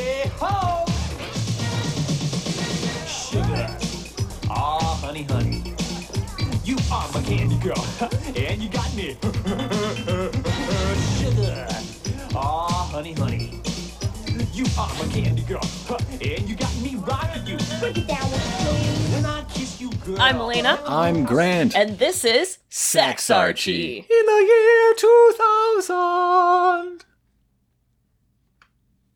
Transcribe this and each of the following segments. Ah, go. and you got me. Sugar. Aw, honey, honey. You are my candy girl. and you got me rocking you. Break it down with me. When I kiss you, girl. I'm Elena, I'm Grant. and this is Sex Archie. In the year 2000.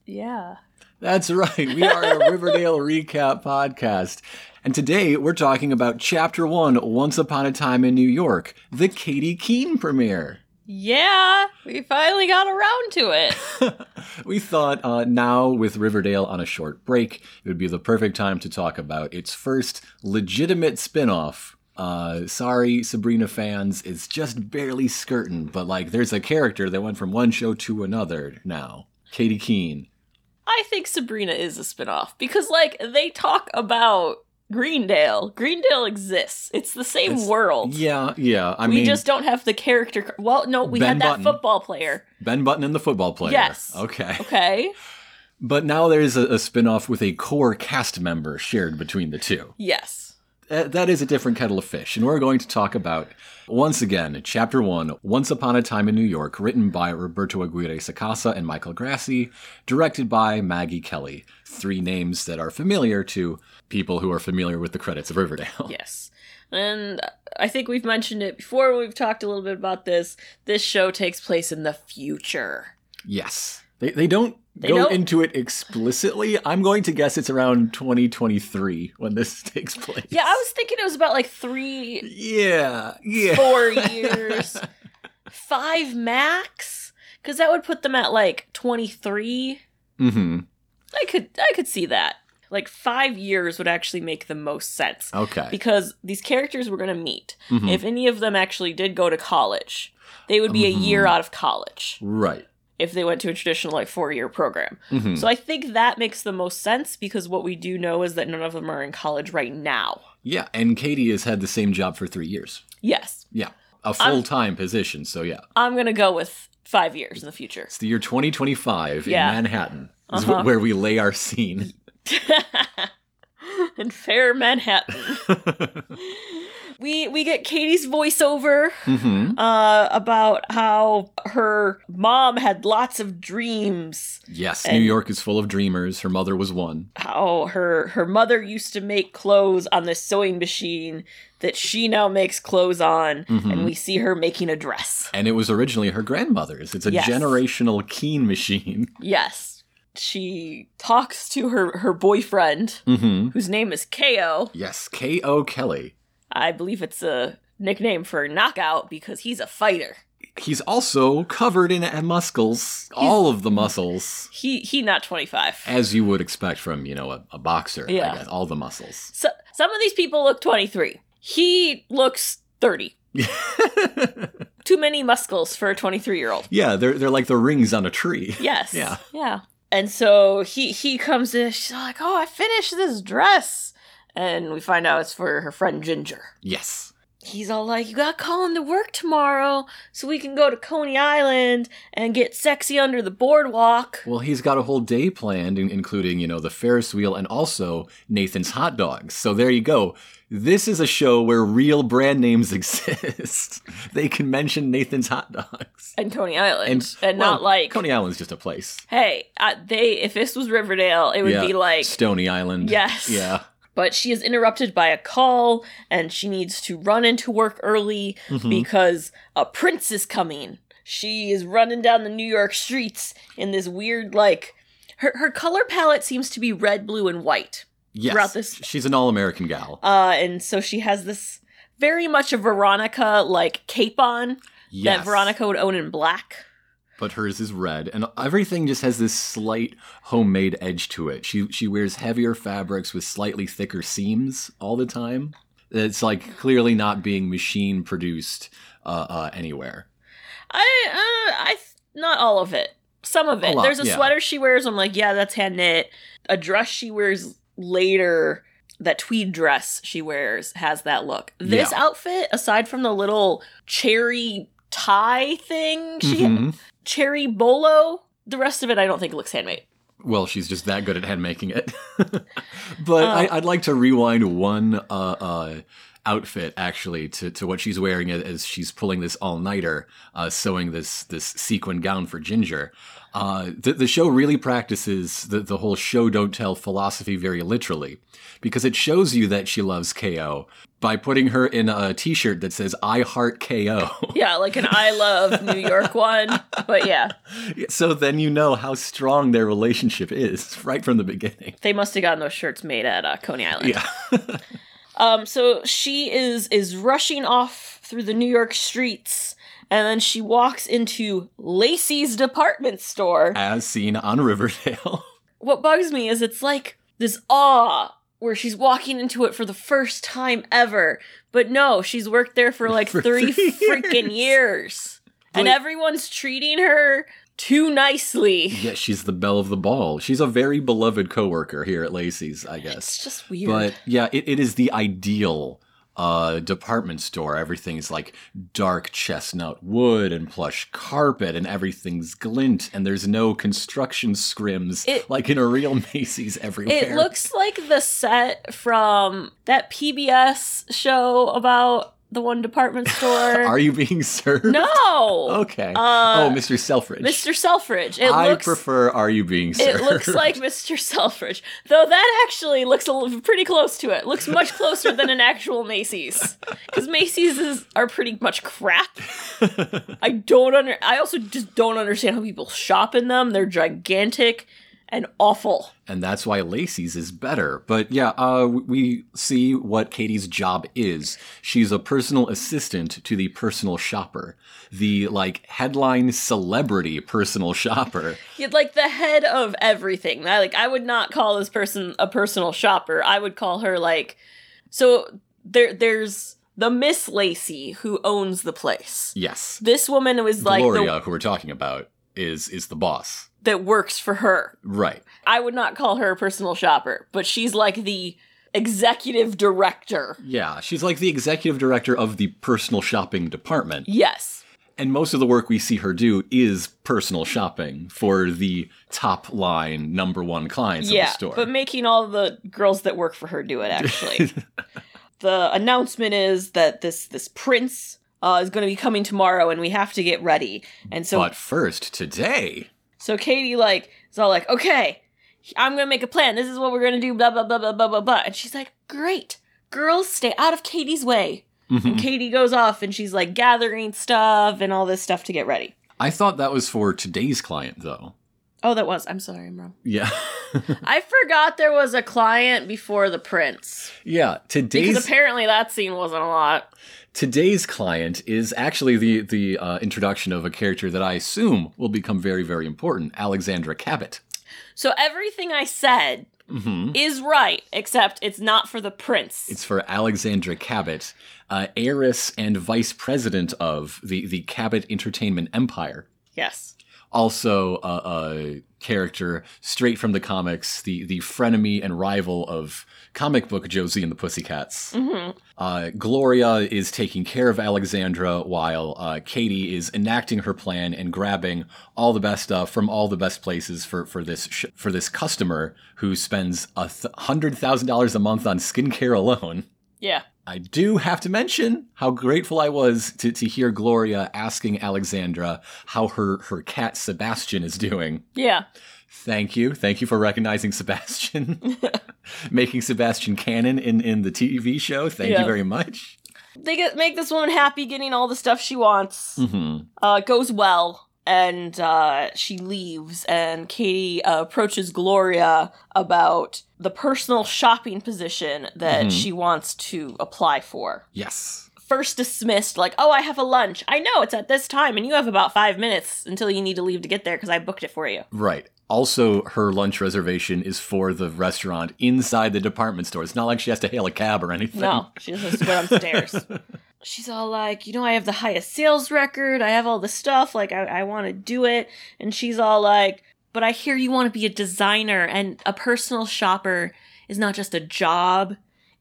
Yeah. That's right. We are a Riverdale recap podcast. And today we're talking about Chapter 1 Once Upon a Time in New York, the Katie Keene premiere. Yeah, we finally got around to it. We thought uh, now, with Riverdale on a short break, it would be the perfect time to talk about its first legitimate spin off. Uh, sorry, Sabrina fans, it's just barely skirting, but like there's a character that went from one show to another now Katie Keene. I think Sabrina is a spinoff because, like, they talk about Greendale. Greendale exists, it's the same It's- world. Yeah, yeah. I we mean, just don't have the character. Well, no, we Ben had that Button. football player. Ben Button and the football player. Yes. Okay. Okay. But now there's a, a spin off with a core cast member shared between the two. Yes. Uh, that, that is a different kettle of fish. And we're going to talk about, once again, Chapter 1 Once Upon a Time in New York, written by Roberto Aguirre Sacasa and Michael Grassi, directed by Maggie Kelly. Three names that are familiar to people who are familiar with the credits of Riverdale. Yes. And I think we've mentioned it before. We've talked a little bit about this. This show takes place in the future. Yes. They, they don't They go don't- into it explicitly. I'm going to guess it's around 2023 when this takes place. Yeah, I was thinking it was about like three Yeah, yeah. four years, five max, because that would put them at like twenty three. Mm-hmm. I could I could see that. Like five years would actually make the most sense Okay. because these characters were going to meet. Mhm. If any of them actually did go to college, they would be a year Mhm. out of college right. if they went to a traditional like four year program. Mhm. So I think that makes the most sense because what we do know is that none of them are in college right now. Yeah, and Katie has had the same job for three years. Yes, Yeah, a full time position. So yeah, I'm going to go with five years in the future. it's the year 2025 Yeah. in Manhattan is Uh-huh. wh- where we lay our scene. in fair Manhattan. we we get Katie's voiceover hmm uh, about how her mom had lots of dreams. Yes, And- New York is full of dreamers. Her mother was one. How her her mother used to make clothes on the sewing machine that she now makes clothes on, Mhm. and we see her making a dress. And it was originally her grandmother's. It's a Yes. generational keen machine. Yes, she talks to her her boyfriend hmm whose name is Ko. Yes, K.O. Kelly. I believe it's a nickname for knockout because he's a fighter. He's also covered in uh, muscles, all of the muscles, He he not 25. as you would expect from, you know, a, a boxer. I Yeah. guess, all the muscles. So, some of these people look 23. He looks 30. Too many muscles for a 23-year-old. Yeah, they're, they're like the rings on a tree. Yes. Yeah. Yeah. And so he he comes in she's like, "Oh, I finished this dress." And we find out it's for her friend Ginger. Yes. He's all like, "You got to call in to work tomorrow so we can go to Coney Island and get sexy under the boardwalk." Well, he's got a whole day planned, in- including, you know, the Ferris wheel and also Nathan's hot dogs. So there you go. This is a show where real brand names exist. they can mention Nathan's hot dogs. And Coney Island. And, well, not like, Coney Island's just a place. "Hey, I, they if this was Riverdale, it would Yeah, be like Stony Island. Yes. Yeah. but she is interrupted by a call and she needs to run into work early because a prince is coming. She is running down the New York streets in this weird like her her color palette seems to be red, blue and white. Yes. Throughout this- She's an all American gal. Uh and so she has this very much a Veronica like cape on yes. that Veronica would own in black. But hers is red, and everything just has this slight homemade edge to it. She she wears heavier fabrics with slightly thicker seams all the time. It's like clearly not being machine produced uh, uh, anywhere. I uh, I th- not all of it. Some of A it. lot, There's a yeah. sweater she wears. I'm like, yeah, that's hand knit. A dress she wears later. That tweed dress she wears has that look. This Yeah. outfit, aside from the little cherry tie thing, she Mhm. cherry bolo. The rest of it, I don't think looks handmade. Well, she's just that good at hand making it. but I, I'd like to rewind one uh, uh, outfit actually to, to what she's wearing as, as she's pulling this all nighter, uh, sewing this this sequin gown for Ginger. Uh, the, the show really practices the, the whole show don't tell philosophy very literally because it shows you that she loves KO by putting her in a t shirt that says, I heart KO. Yeah, like an I love New York one. But yeah, so then you know how strong their relationship is right from the beginning. they must have gotten those shirts made at uh, Coney Island. Yeah. Um, so she is is rushing off through the New York streets, and then she walks into Lacey's department store. As seen on Riverdale. What bugs me is it's like this awe where she's walking into it for the first time ever. But no, she's worked there for like For three, three freaking years, and Like- everyone's treating her too nicely. yeah, she's the belle of the ball. She's a very beloved coworker here at Lacey's, I guess. It's just weird. But yeah, it, it is the ideal uh, department store. Everything's like dark chestnut wood and plush carpet, and everything's glint, and there's no construction scrims It- like in a real Macy's everywhere. It looks like the set from that PBS show about the one department store. Are you being served? no. Okay. Uh, oh, Mr. Selfridge. Mr. Selfridge. It I looks prefer Are You Being it Served? looks like Mr. Selfridge. Though that actually looks a little, pretty close to it. Looks much closer than an actual Macy's. Cuz Macy's is, are pretty much crap. I don't under I also just don't understand how people shop in them. They're gigantic and awful. and that's why Lacey's is better. But yeah, uh, we see what Katie's job is. She's a personal assistant to the personal shopper, the like headline celebrity personal shopper. You'd like the head of everything. I like I would not call this person a personal shopper. I would call her like so there there's the Miss Lacey who owns the place. Yes, This woman was like the- Gloria, who we're talking about, is is the boss, that works for her. right? I would not call her a personal shopper, but she's like the executive director. Yeah, she's like the executive director of the personal shopping department. Yes. And most of the work we see her do is personal shopping for the top line number one clients of yeah. the store. But making all the girls that work for her do it actually. the announcement is that this this prince uh, is going to be coming tomorrow and we have to get ready. And so but first, today, So Katie like is all like, okay, I'm gonna make a plan. This is what we're gonna do. Blah blah blah blah blah blah blah. And she's like, great, girls, stay out of Katie's way. Mm-hmm. And Katie goes off and she's like gathering stuff and all this stuff to get ready. I thought that was for today's client, though. Oh, that was. I'm sorry, I'm wrong. Yeah, I forgot there was a client before the prince yeah. because Today's apparently that scene wasn't a lot. today's client is actually the the uh, introduction of a character that I assume will become very very important, Alexandra Cabot. So everything I said hmm is right, except it's not for the prince. It's for Alexandra Cabot, uh, heiress and vice president of the the Cabot Entertainment Empire. yes. Also, uh, a character straight from the comics, the the frenemy and rival of comic book Josie and the Pussycats. hmm Uh, Gloria is taking care of Alexandra while uh, Katie is enacting her plan and grabbing all the best stuff from all the best places for for this sh- for this customer who spends a th- hundred thousand dollars a month on skincare alone. Yeah. I do have to mention how grateful I was to, to hear Gloria asking Alexandra how her, her cat Sebastian is doing. Yeah. Thank you. Thank you for recognizing Sebastian. Making Sebastian canon in, in the TV show. Thank Yeah. you very much. They get make this woman happy, getting all the stuff she wants. hmm uh, it goes well and uh, she leaves and katie uh, approaches gloria about the personal shopping position that Mhm. she wants to apply for Yes. first dismissed like oh i have a lunch i know it's at this time and you have about five minutes until you need to leave to get there because i booked it for you Right. Also, her lunch reservation is for the restaurant inside the department store. It's not like she has to hail a cab or anything. no she just has to go downstairs she's all like you know i have the highest sales record i have all the stuff like i, I want to do it and she's all like but i hear you want to be a designer and a personal shopper is not just a job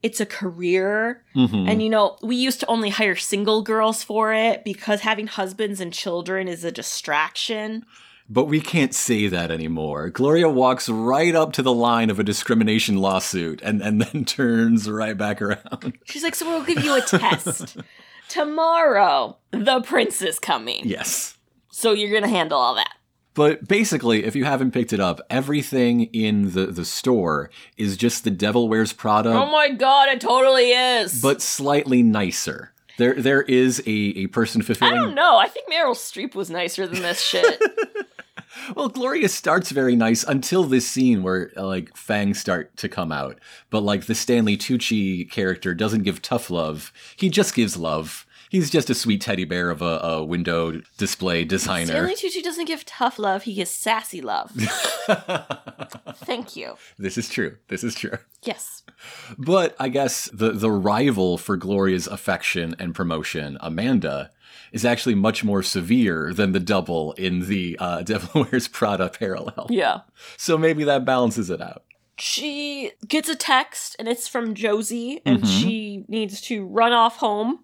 it's a career Mhm. and you know we used to only hire single girls for it because having husbands and children is a distraction But we can't say that anymore. Gloria walks right up to the line of a discrimination lawsuit and, and then turns right back around. She's like, so we'll give you a test. Tomorrow, the prince is coming. Yes. So you're going to handle all that. But basically, if you haven't picked it up, everything in the, the store is just the Devil Wears Prada, oh my god, it totally is. but slightly nicer. There, there is a, a person I fulfilling. don't know. I think Meryl Streep was nicer than this shit. Well, Gloria starts very nice until this scene where uh, like fangs start to come out. But like the Stanley Tucci character doesn't give tough love; he just gives love. He's just a sweet teddy bear of a, a window display designer. Stanley Tucci doesn't give tough love, he gives sassy love. Thank you. this is true. This is true. Yes. But I guess the the rival for Gloria's affection and promotion, Amanda, is actually much more severe than the double in the uh, Devil Wears Prada parallel. Yeah. So maybe that balances it out. She gets a text and it's from Josie and Mm-hmm. she needs to run off home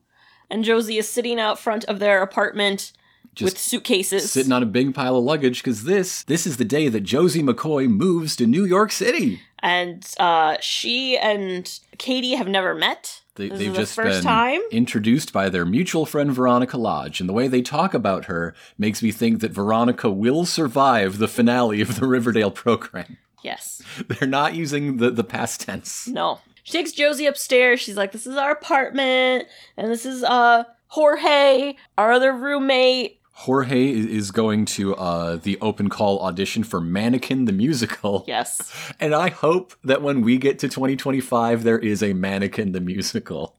and Josie is sitting out front of their apartment Just with suitcases. sitting on a big pile of luggage because this this is the day that Josie McCoy moves to New York City. and uh, she and Katie have never met. They, this they've is just the first been time. introduced by their mutual friend Veronica Lodge, and the way they talk about her makes me think that Veronica will survive the finale of the Riverdale program. Yes. They're not using the, the past tense. No. She takes Josie upstairs. She's like, "This is our apartment, and this is uh Jorge, our other roommate." Jorge i- is going to uh, the open call audition for Mannequin the Musical. Yes. And I hope that when we get to 2025, there is a Mannequin the Musical.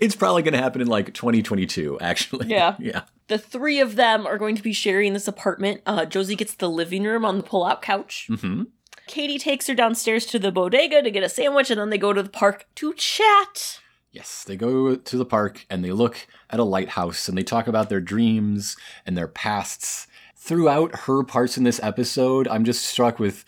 It's probably going to happen in like 2022, actually. Yeah. Yeah. The three of them are going to be sharing this apartment. Uh, Josie gets the living room on the pull-out couch. hmm Katie takes her downstairs to the bodega to get a sandwich, and then they go to the park to chat. Yes. They go to the park and they look at a lighthouse and they talk about their dreams and their pasts. Throughout her parts in this episode, I'm just struck with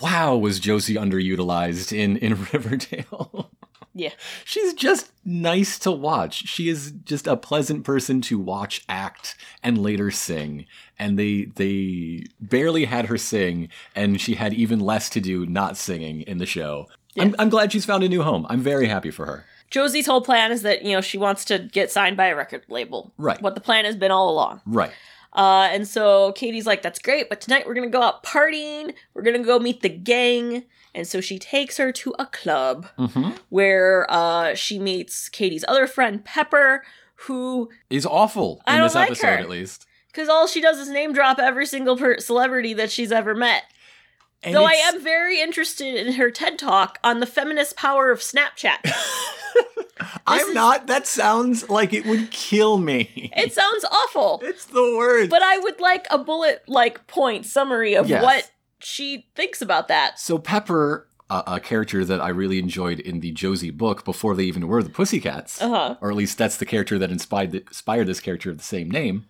wow, was Josie underutilized in, in Riverdale? Yeah. She's just nice to watch. She is just a pleasant person to watch act and later sing. And they they barely had her sing, and she had even less to do not singing in the show. I'm, I'm glad she's found a new home. I'm very happy for her. Josie's whole plan is that you know she wants to get signed by a record label. Right. What the plan has been all along. Right. Uh, and so Katie's like, that's great, but tonight we're gonna go out partying. We're gonna go meet the gang. And so she takes her to a club Mm-hmm. where uh, she meets Katie's other friend, Pepper, who, Is awful I in don't this like episode her. at least. because all she does is name drop every single per- celebrity that she's ever met. And Though I it's- am very interested in her TED talk on the feminist power of Snapchat. I'm is- not. That sounds like it would kill me. it sounds awful, it's the worst. but I would like a bullet like point summary of Yes. what she thinks about that. So Pepper, a, a character that I really enjoyed in the Josie book before they even were the Pussycats, Uh huh. or at least that's the character that inspired the, inspired this character of the same name.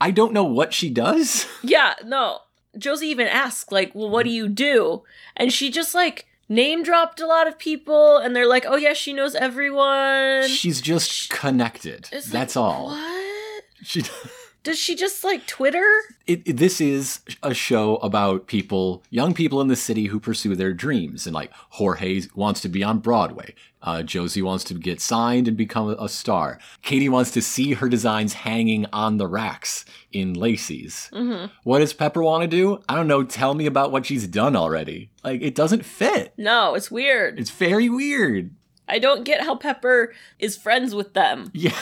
I don't know what she does. Yeah, no. Josie even asked, like, well, Mm. what do you do? And she just, like, name dropped a lot of people, and they're like, oh, yeah, she knows everyone. She's just connected. It's like, That's all. What? She Does she just, like, Twitter? it, it- this is a show about people, young people in the city who pursue their dreams. And like Jorge wants to be on Broadway. Uh, Josie wants to get signed and become a star. Katie wants to see her designs hanging on the racks in Lacey's. Mm-hmm. What does Pepper want to do? I don't know. Tell me about what she's done already. Like it doesn't fit. No, it's weird. It's very weird. I don't get how Pepper is friends with them. Yeah.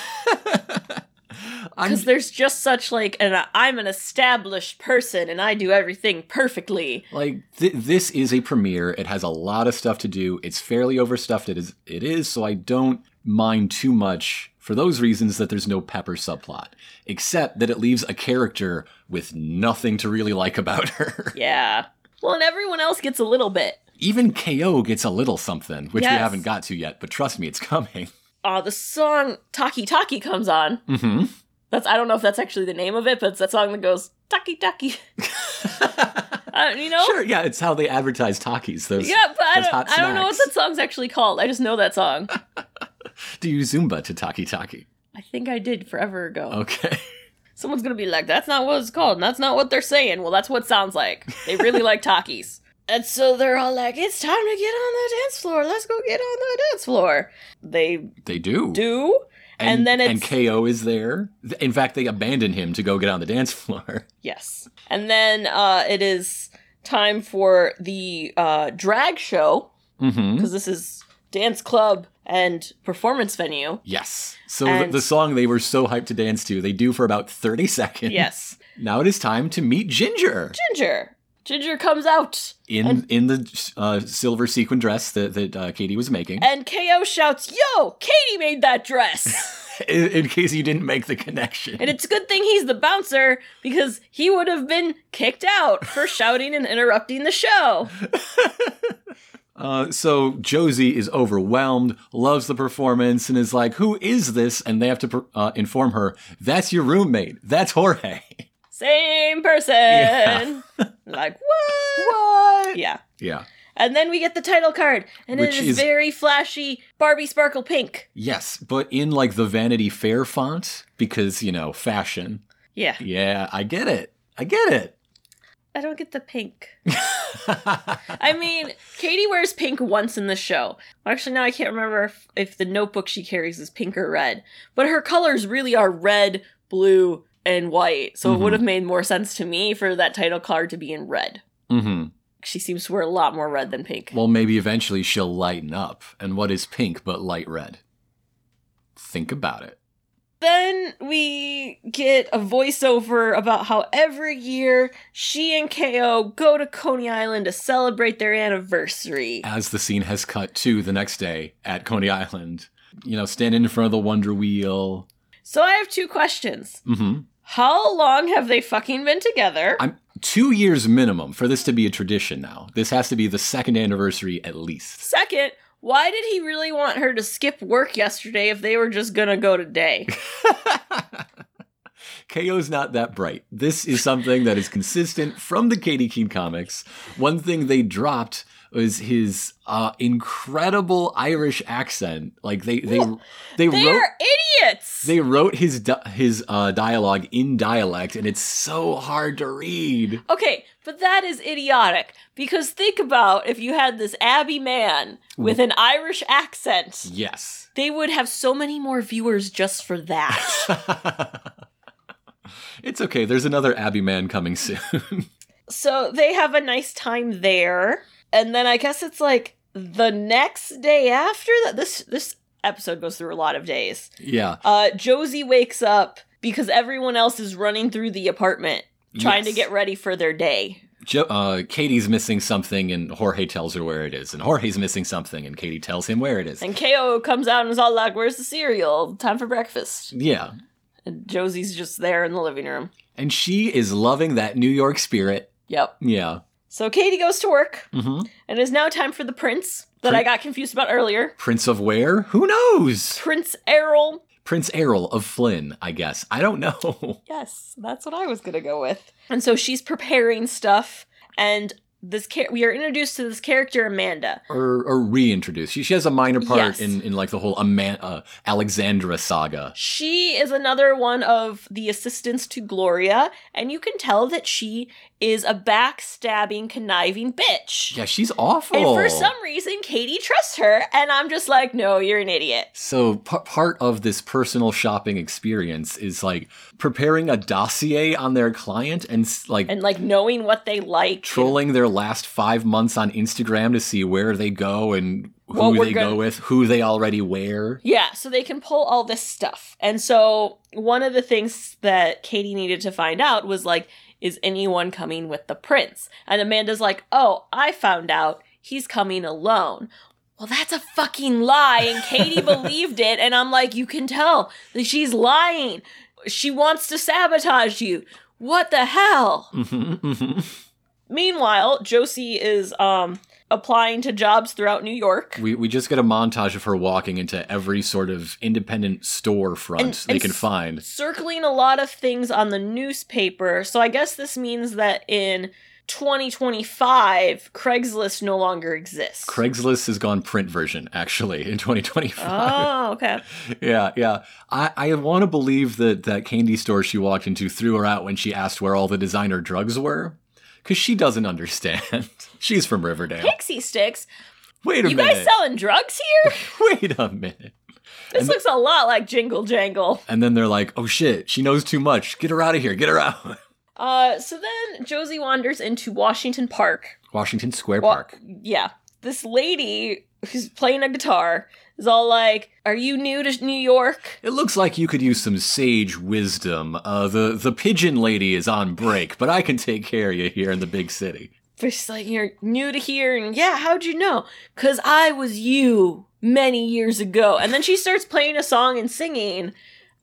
I'm, Because there's just such, like, an I'm an established person and I do everything perfectly. like th- this is a premiere. It has a lot of stuff to do. It's fairly overstuffed. It is. It is. So I don't mind too much for those reasons that there's no Pepper subplot, except that it leaves a character with nothing to really like about her. Yeah. Well, and everyone else gets a little bit. Even Ko gets a little something, which we Yes. haven't got to yet. But trust me, it's coming. Uh, the song Taki Taki comes on. Mm-hmm. That's I don't know if that's actually the name of it, but it's that song that goes "Taki Taki." uh, you know, Sure, yeah, it's how they advertise talkies. Those, yeah, but I those don't, hot I don't know what that snacks. song's actually called. I just know that song. Do you Zumba to Taki Taki? I think I did forever ago. Okay. someone's gonna be like, "That's not what it's called. And that's not what they're saying." Well, that's what it sounds like. They really like talkies, and so they're all like, "It's time to get on the dance floor. Let's go get on the dance floor." They They do. do, and, then it's and KO is there. Th- In fact, they abandon him to go get on the dance floor. yes, and then uh, it is time for the uh, drag show Mm-hmm. because this is dance club and performance venue. Yes. So the, And- the song they were so hyped to dance to, they do for about thirty seconds. Yes, Now it is time to meet Ginger Ginger. Ginger comes out, in in the uh, silver sequin dress that that uh, Katie was making. and KO shouts, "Yo, Katie made that dress." In, in case you didn't make the connection. And it's a good thing he's the bouncer because he would have been kicked out for shouting and interrupting the show. Uh, so Josie is overwhelmed, loves the performance, and is like, "Who is this?" And they have to per- uh, inform her, "That's your roommate. That's Jorge." Same person. Yeah. like, what? What? Yeah. Yeah. And then we get the title card, and Which it is, is- very flashy Barbie Sparkle Pink. Yes, but in like the Vanity Fair font because you know fashion. Yeah. Yeah, I get it. I get it. I don't get the pink. I mean, Katie wears pink once in the show. Actually, now I can't remember if, if the notebook she carries is pink or red, but her colors really are red, blue, and white. So Mhm. it would have made more sense to me for that title card to be in red. hmm She seems to wear a lot more red than pink. Well, maybe eventually she'll lighten up. And what is pink but light red? Think about it. then we get a voiceover about how every year she and KO go to Coney Island to celebrate their anniversary. As the scene has cut to the next day at Coney Island, you know, standing in front of the Wonder Wheel. So I have two questions. hmm How long have they fucking been together? I'm two years minimum for this to be a tradition now. This has to be the second anniversary at least. Second, why did he really want her to skip work yesterday if they were just gonna go today? KO's not that bright. This is something that is consistent from the Katie Keene comics. One thing they dropped was his uh, incredible Irish accent. Like they they they They wrote are idiots! they wrote his di- his uh, dialogue in dialect, and it's so hard to read. okay, but that is idiotic because think about if you had this Abbey man with an Irish accent, Yes. they would have so many more viewers just for that. It's okay. There's another Abbey man coming soon. so they have a nice time there, and then I guess it's like the next day after that. This this episode goes through a lot of days. yeah. Uh, Josie wakes up because everyone else is running through the apartment trying to Yes. get ready for their day. Jo- uh, Katie's missing something, and Jorge tells her where it is. And Jorge's missing something, and Katie tells him where it is. And KO comes out and is all like, Where's the cereal? Time for breakfast. yeah. And Josie's just there in the living room. And she is loving that New York spirit. Yep. Yeah. So Katie goes to work, hmm and it's now time for the prince that Prin- I got confused about earlier. Prince of where? Who knows? Prince Errol. Prince Errol of Flynn, I guess. I don't know. Yes, that's what I was going to go with. And so she's preparing stuff, and this char- we are introduced to this character, Amanda. or, or reintroduced. She, she has a minor part Yes. in, in like the whole Ama- uh, Alexandra saga. She is another one of the assistants to Gloria, and you can tell that she is a backstabbing, conniving bitch. Yeah, she's awful. And for some reason, Katie trusts her, and I'm just like, no, you're an idiot. So p- part of this personal shopping experience is like preparing a dossier on their client and s- like And like knowing what they like, trolling their last five months on Instagram to see where they go and who What we're they gonna- go with, who they already wear. Yeah, so they can pull all this stuff. And so one of the things that Katie needed to find out was like, is anyone coming with the prince? And Amanda's like, oh, I found out he's coming alone. Well, that's a fucking lie. And Katie believed it. And I'm like, you can tell that she's lying. She wants to sabotage you. What the hell? mm-hmm. hmm hmm Meanwhile, Josie is um applying to jobs throughout New York. We, we just get a montage of her walking into every sort of independent storefront And- they and can s- find. circling a lot of things on the newspaper. So I guess this means that in 2025, Craigslist no longer exists. Craigslist has gone print version, actually, in 2025. Oh, okay. yeah, yeah. I, I want to believe that that candy store she walked into threw her out when she asked where all the designer drugs were. Because she doesn't understand. She's from Riverdale. Pixie sticks. Wait a You guys minute. selling drugs here? Wait a minute. This looks a lot like Jingle Jangle. And then they're like, oh shit, she knows too much. Get her out of here. Get her out. Uh, so then Josie wanders into Washington Park. Washington Square Wa- Park. Yeah. This lady who's playing a guitar is all like, Are you new to New York? It looks like you could use some sage wisdom. Uh, the the pigeon lady is on break, but I can take care of you here in the big city. But she's like, You're new to here. And yeah, how'd you know? Because I was you many years ago. And then she starts playing a song and singing.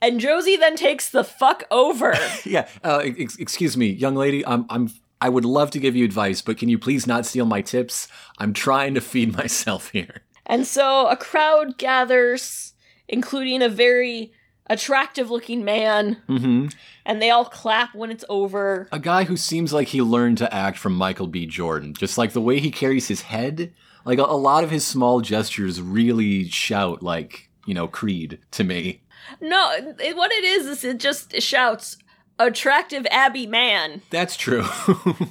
And Josie then takes the fuck over. Yeah. Uh, ex- excuse me, young lady. I'm I'm I would love to give you advice, but can you please not steal my tips? I'm trying to feed myself here. And so a crowd gathers, including a very attractive looking man, Mm-hmm. and they all clap when it's over. A guy who seems like he learned to act from Michael B. Jordan, just like the way he carries his head. Like a, a lot of his small gestures really shout like you know Creed to me. No, it, what it is is it just shouts, attractive Abby man. That's true.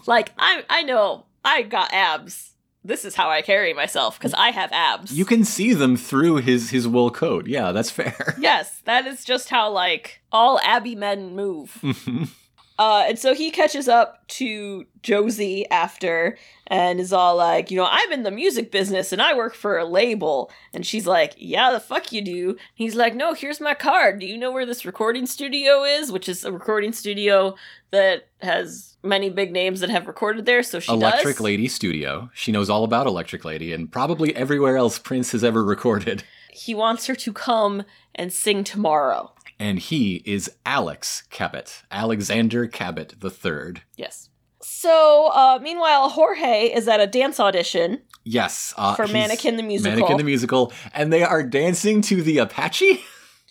Like, I, I know, I got abs. This is how I carry myself, because I have abs. You can see them through his his wool coat. Yeah, that's fair. Yes, that is just how, like, all Abby men move. Mhm. Uh, and so he catches up to Josie after and is all like, you know, I'm in the music business and I work for a label. And she's like, yeah, the fuck you do. He's like, no, here's my card. Do you know where this recording studio is? Which is a recording studio that has many big names that have recorded there. So she Electric does. Lady Studio. She knows all about Electric Lady and probably everywhere else Prince has ever recorded. He wants her to come and sing tomorrow. And he is Alex Cabot, Alexander Cabot the Third. Yes. So uh, meanwhile, Jorge is at a dance audition Yes, uh, for he's- Mannequin the Musical. Mannequin the musical, and they are dancing to the Apache.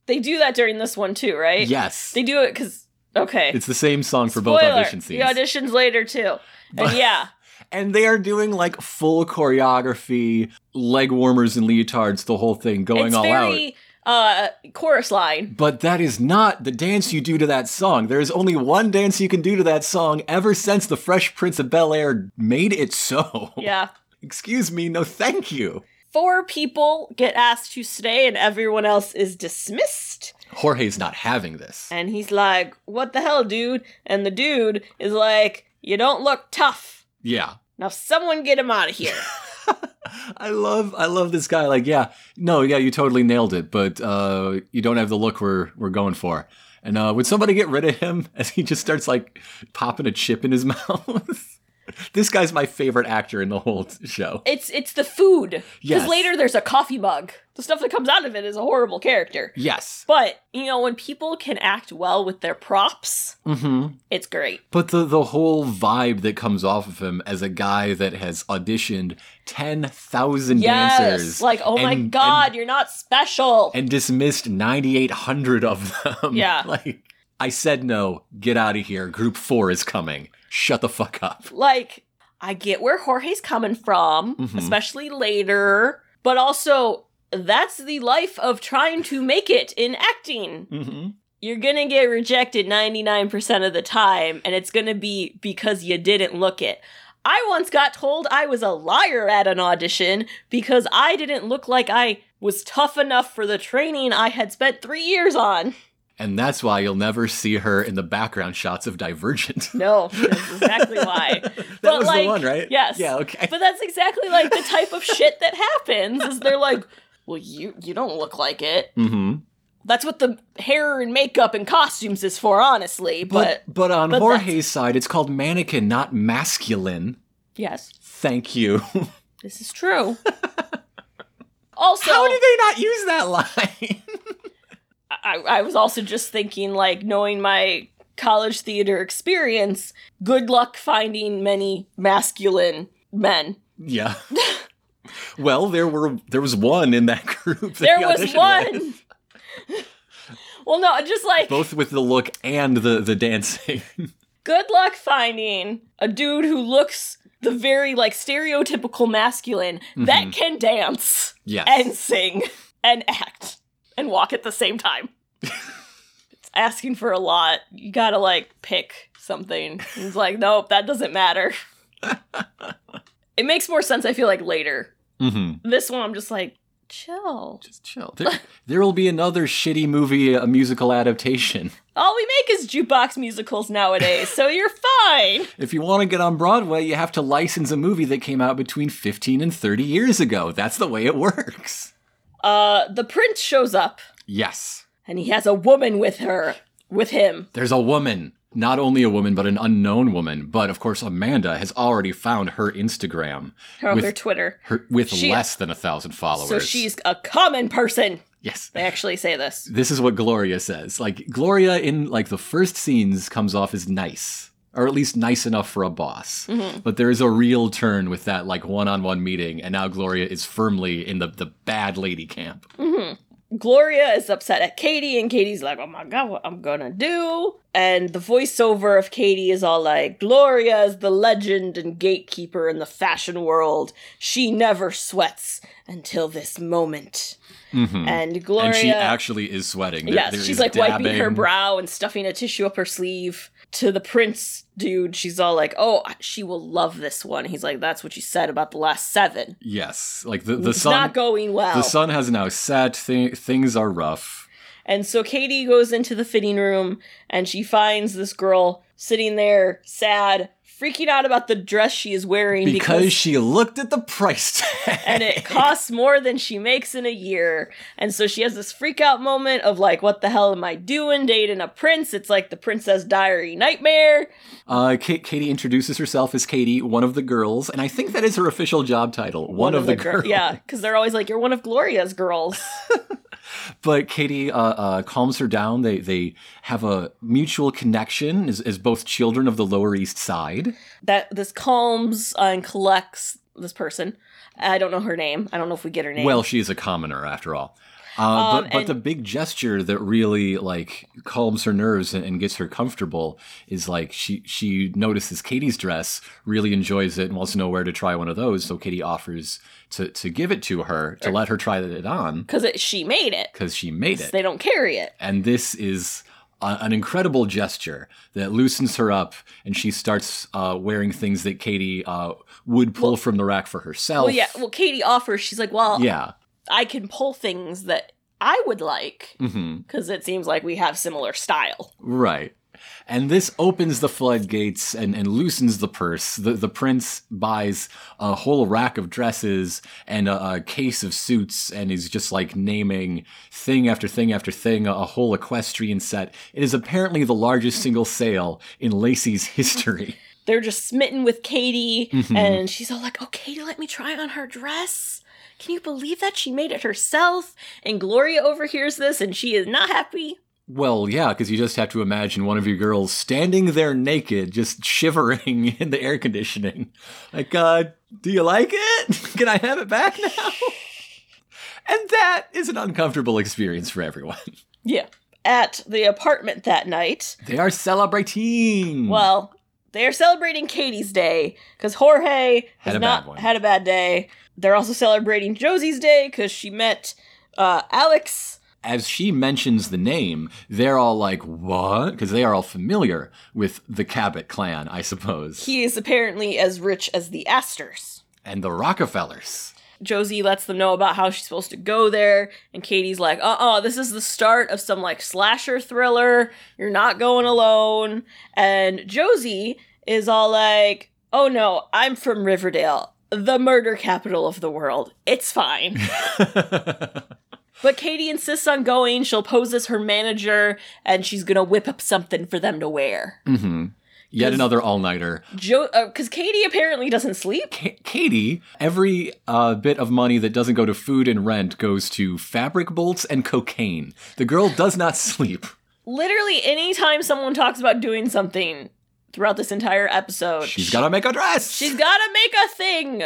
they do that during this one too, right? Yes, They do it because okay. it's the same song for both Spoiler, audition scenes. The auditions later too, and yeah, and they are doing like full choreography, leg warmers and leotards, the whole thing going it's all out. very uh chorus line. But that is not the dance you do to that song. There is only one dance you can do to that song ever since the Fresh Prince of Bel Air made it so. Yeah, Excuse me, no thank you. four people get asked to stay, and everyone else is dismissed. Jorge's not having this. And he's like, "What the hell, dude?" And the dude is like, "You don't look tough." Yeah. Now someone get him out of here. I love I love this guy. Like, yeah, no, yeah, you totally nailed it, but uh you don't have the look we're we're going for. And uh would somebody get rid of him as he just starts like popping a chip in his mouth? this guy's my favorite actor in the whole show. it's it's the food. Because Yes. later there's a coffee mug. The stuff that comes out of it is a horrible character. Yes. But you know when people can act well with their props, Mhm. it's great. But the the whole vibe that comes off of him as a guy that has auditioned ten thousand Yes, dancers, like oh my and- god, you're not special. and, and dismissed ninety eight hundred of them. Yeah. like I said, no, get out of here. Group four is coming. Shut the fuck up. like I get where Jorge's coming from, Mhm. especially later, but also that's the life of trying to make it in acting. Mm-hmm. You're going to get rejected 99% of the time and it's going to be because you didn't look it. I once got told I was a liar at an audition because I didn't look like I was tough enough for the training I had spent 3 years on. And that's why you'll never see her in the background shots of Divergent. No, that's exactly why. that But, was like, the one, right? yes. Yeah. Okay. But that's exactly like the type of shit that happens. Is they're like, "Well, you you don't look like it." mm-hmm. That's what the hair and makeup and costumes is for, honestly. But, but on but that's- Jorge's side, it's called mannequin, not masculine. yes, Thank you. this is true. also, How did they not use that line? I, I was also just thinking, like, knowing my college theater experience, good luck finding many masculine men. Yeah. well, there were there was one in that group. that There he was auditioned with. one. well, no, just like both with the look and the the dancing. good luck finding a dude who looks the very like stereotypical masculine that can dance yes. and sing and act and walk at the same time. it's asking for a lot. You gotta like pick something. He's like, nope, that doesn't matter. it makes more sense, I feel like, later. hmm This one, I'm just like, chill. Just chill. There, there will be another shitty movie, a musical adaptation. All we make is jukebox musicals nowadays, so you're fine. If you want to get on Broadway, you have to license a movie that came out between 15 and 30 years ago. That's the way it works. Uh, the prince shows up Yes. and he has a woman with her, with him. There's a woman. Not only a woman, but an unknown woman. But of course, Amanda has already found her Instagram Her, With- her Twitter. her, with She- less than a thousand followers. So she's a common person. yes. They actually say this. This is what Gloria says. Like Gloria in like the first scenes comes off as nice, or at least nice enough for a boss. Mm-hmm. But there is a real turn with that like one-on-one meeting, and now Gloria is firmly in the the bad lady camp. Gloria is upset at Katie, and Katie's like, "Oh my god, what I'm gonna do?" And the voiceover of Katie is all like, "Gloria is the legend and gatekeeper in the fashion world. She never sweats until this moment." And Gloria, Mm-hmm. and she actually is sweating. There- yes, there she's is like wiping dabbing. her brow and stuffing a tissue up her sleeve. To the prince dude, she's all like, "Oh, she will love this one." He's like, "That's what you said about the last seven. Yes, like the the it's sun. not going well." the sun has now set. Th- things are rough. And so Katie goes into the fitting room and she finds this girl sitting there, sad, freaking out about the dress she is wearing Because, she looked at the price tag. and it costs more than she makes in a year. And so she has this freak out moment of like, what the hell am I doing dating a prince? It's like the Princess Diary nightmare. Uh, Ka- Katie introduces herself as Katie, one of the girls, and I think that is her official job title, one, of, the, gir- girls. Yeah, because they're always like, you're one of Gloria's girls. But Katie uh, uh, calms her down. They they have a mutual connection as, as both children of the Lower East Side. that this calms and collects this person. I don't know her name. I don't know if we get her name. Well, she is a commoner after all. Uh, Um, but but and- the big gesture that really like calms her nerves and, and gets her comfortable is like she she notices Katie's dress, really enjoys it, and wants to know where to try one of those. So Katie offers to to give it to her to let her try it on because she made it. because she made it. They don't carry it. and this is a, an incredible gesture that loosens her up, and she starts uh, wearing things that Katie uh, would pull from the rack for herself. Well, yeah. Well, uh Katie offers. She's like, "Well, yeah. I can pull things that I would like hmm because it seems like we have similar style." Right. And this opens the floodgates and, and loosens the purse. The, the prince buys a whole rack of dresses and a, a case of suits and is just like naming thing after thing after thing, a whole equestrian set. It is apparently the largest single sale in Lacey's history. They're just smitten with Katie, Mm-hmm. and she's all like, "Oh, Katie, let me try on her dress." Can you believe that she made it herself? And Gloria overhears this, and she is not happy. Well, yeah, because you just have to imagine one of your girls standing there naked, just shivering in the air conditioning. Like, uh, do you like it? Can I have it back now? and that is an uncomfortable experience for everyone. Yeah. At the apartment that night, They are celebrating. Well, they're celebrating Katie's day because Jorge Had has a bad not one. had a bad day. They're also celebrating Josie's day because she met uh, Alex. as she mentions the name, they're all like, what? Because they are all familiar with the Cabot clan, I suppose, He is apparently as rich as the Astors. and the Rockefellers. Josie lets them know about how she's supposed to go there, and Katie's like, "Uh uh this is the start of some like slasher thriller. You're not going alone." And Josie is all like, "Oh no, I'm from Riverdale, the murder capital of the world. It's fine." But Katie insists on going. She'll pose as her manager, and she's gonna whip up something for them to wear. hmm Yet 'Cause- another all nighter. Joe, because Katie apparently doesn't sleep. Ka- Katie, every uh, bit of money that doesn't go to food and rent goes to fabric bolts and cocaine. The girl does not sleep. Literally, anytime someone talks about doing something throughout this entire episode. She's gotta make a dress. She's gotta make a thing.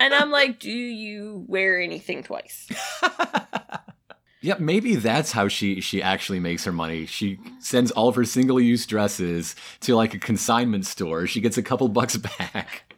and I'm like, do you wear anything twice? Yeah, maybe that's how she she actually makes her money. She sends all of her single use dresses to like a consignment store. She gets a couple bucks back.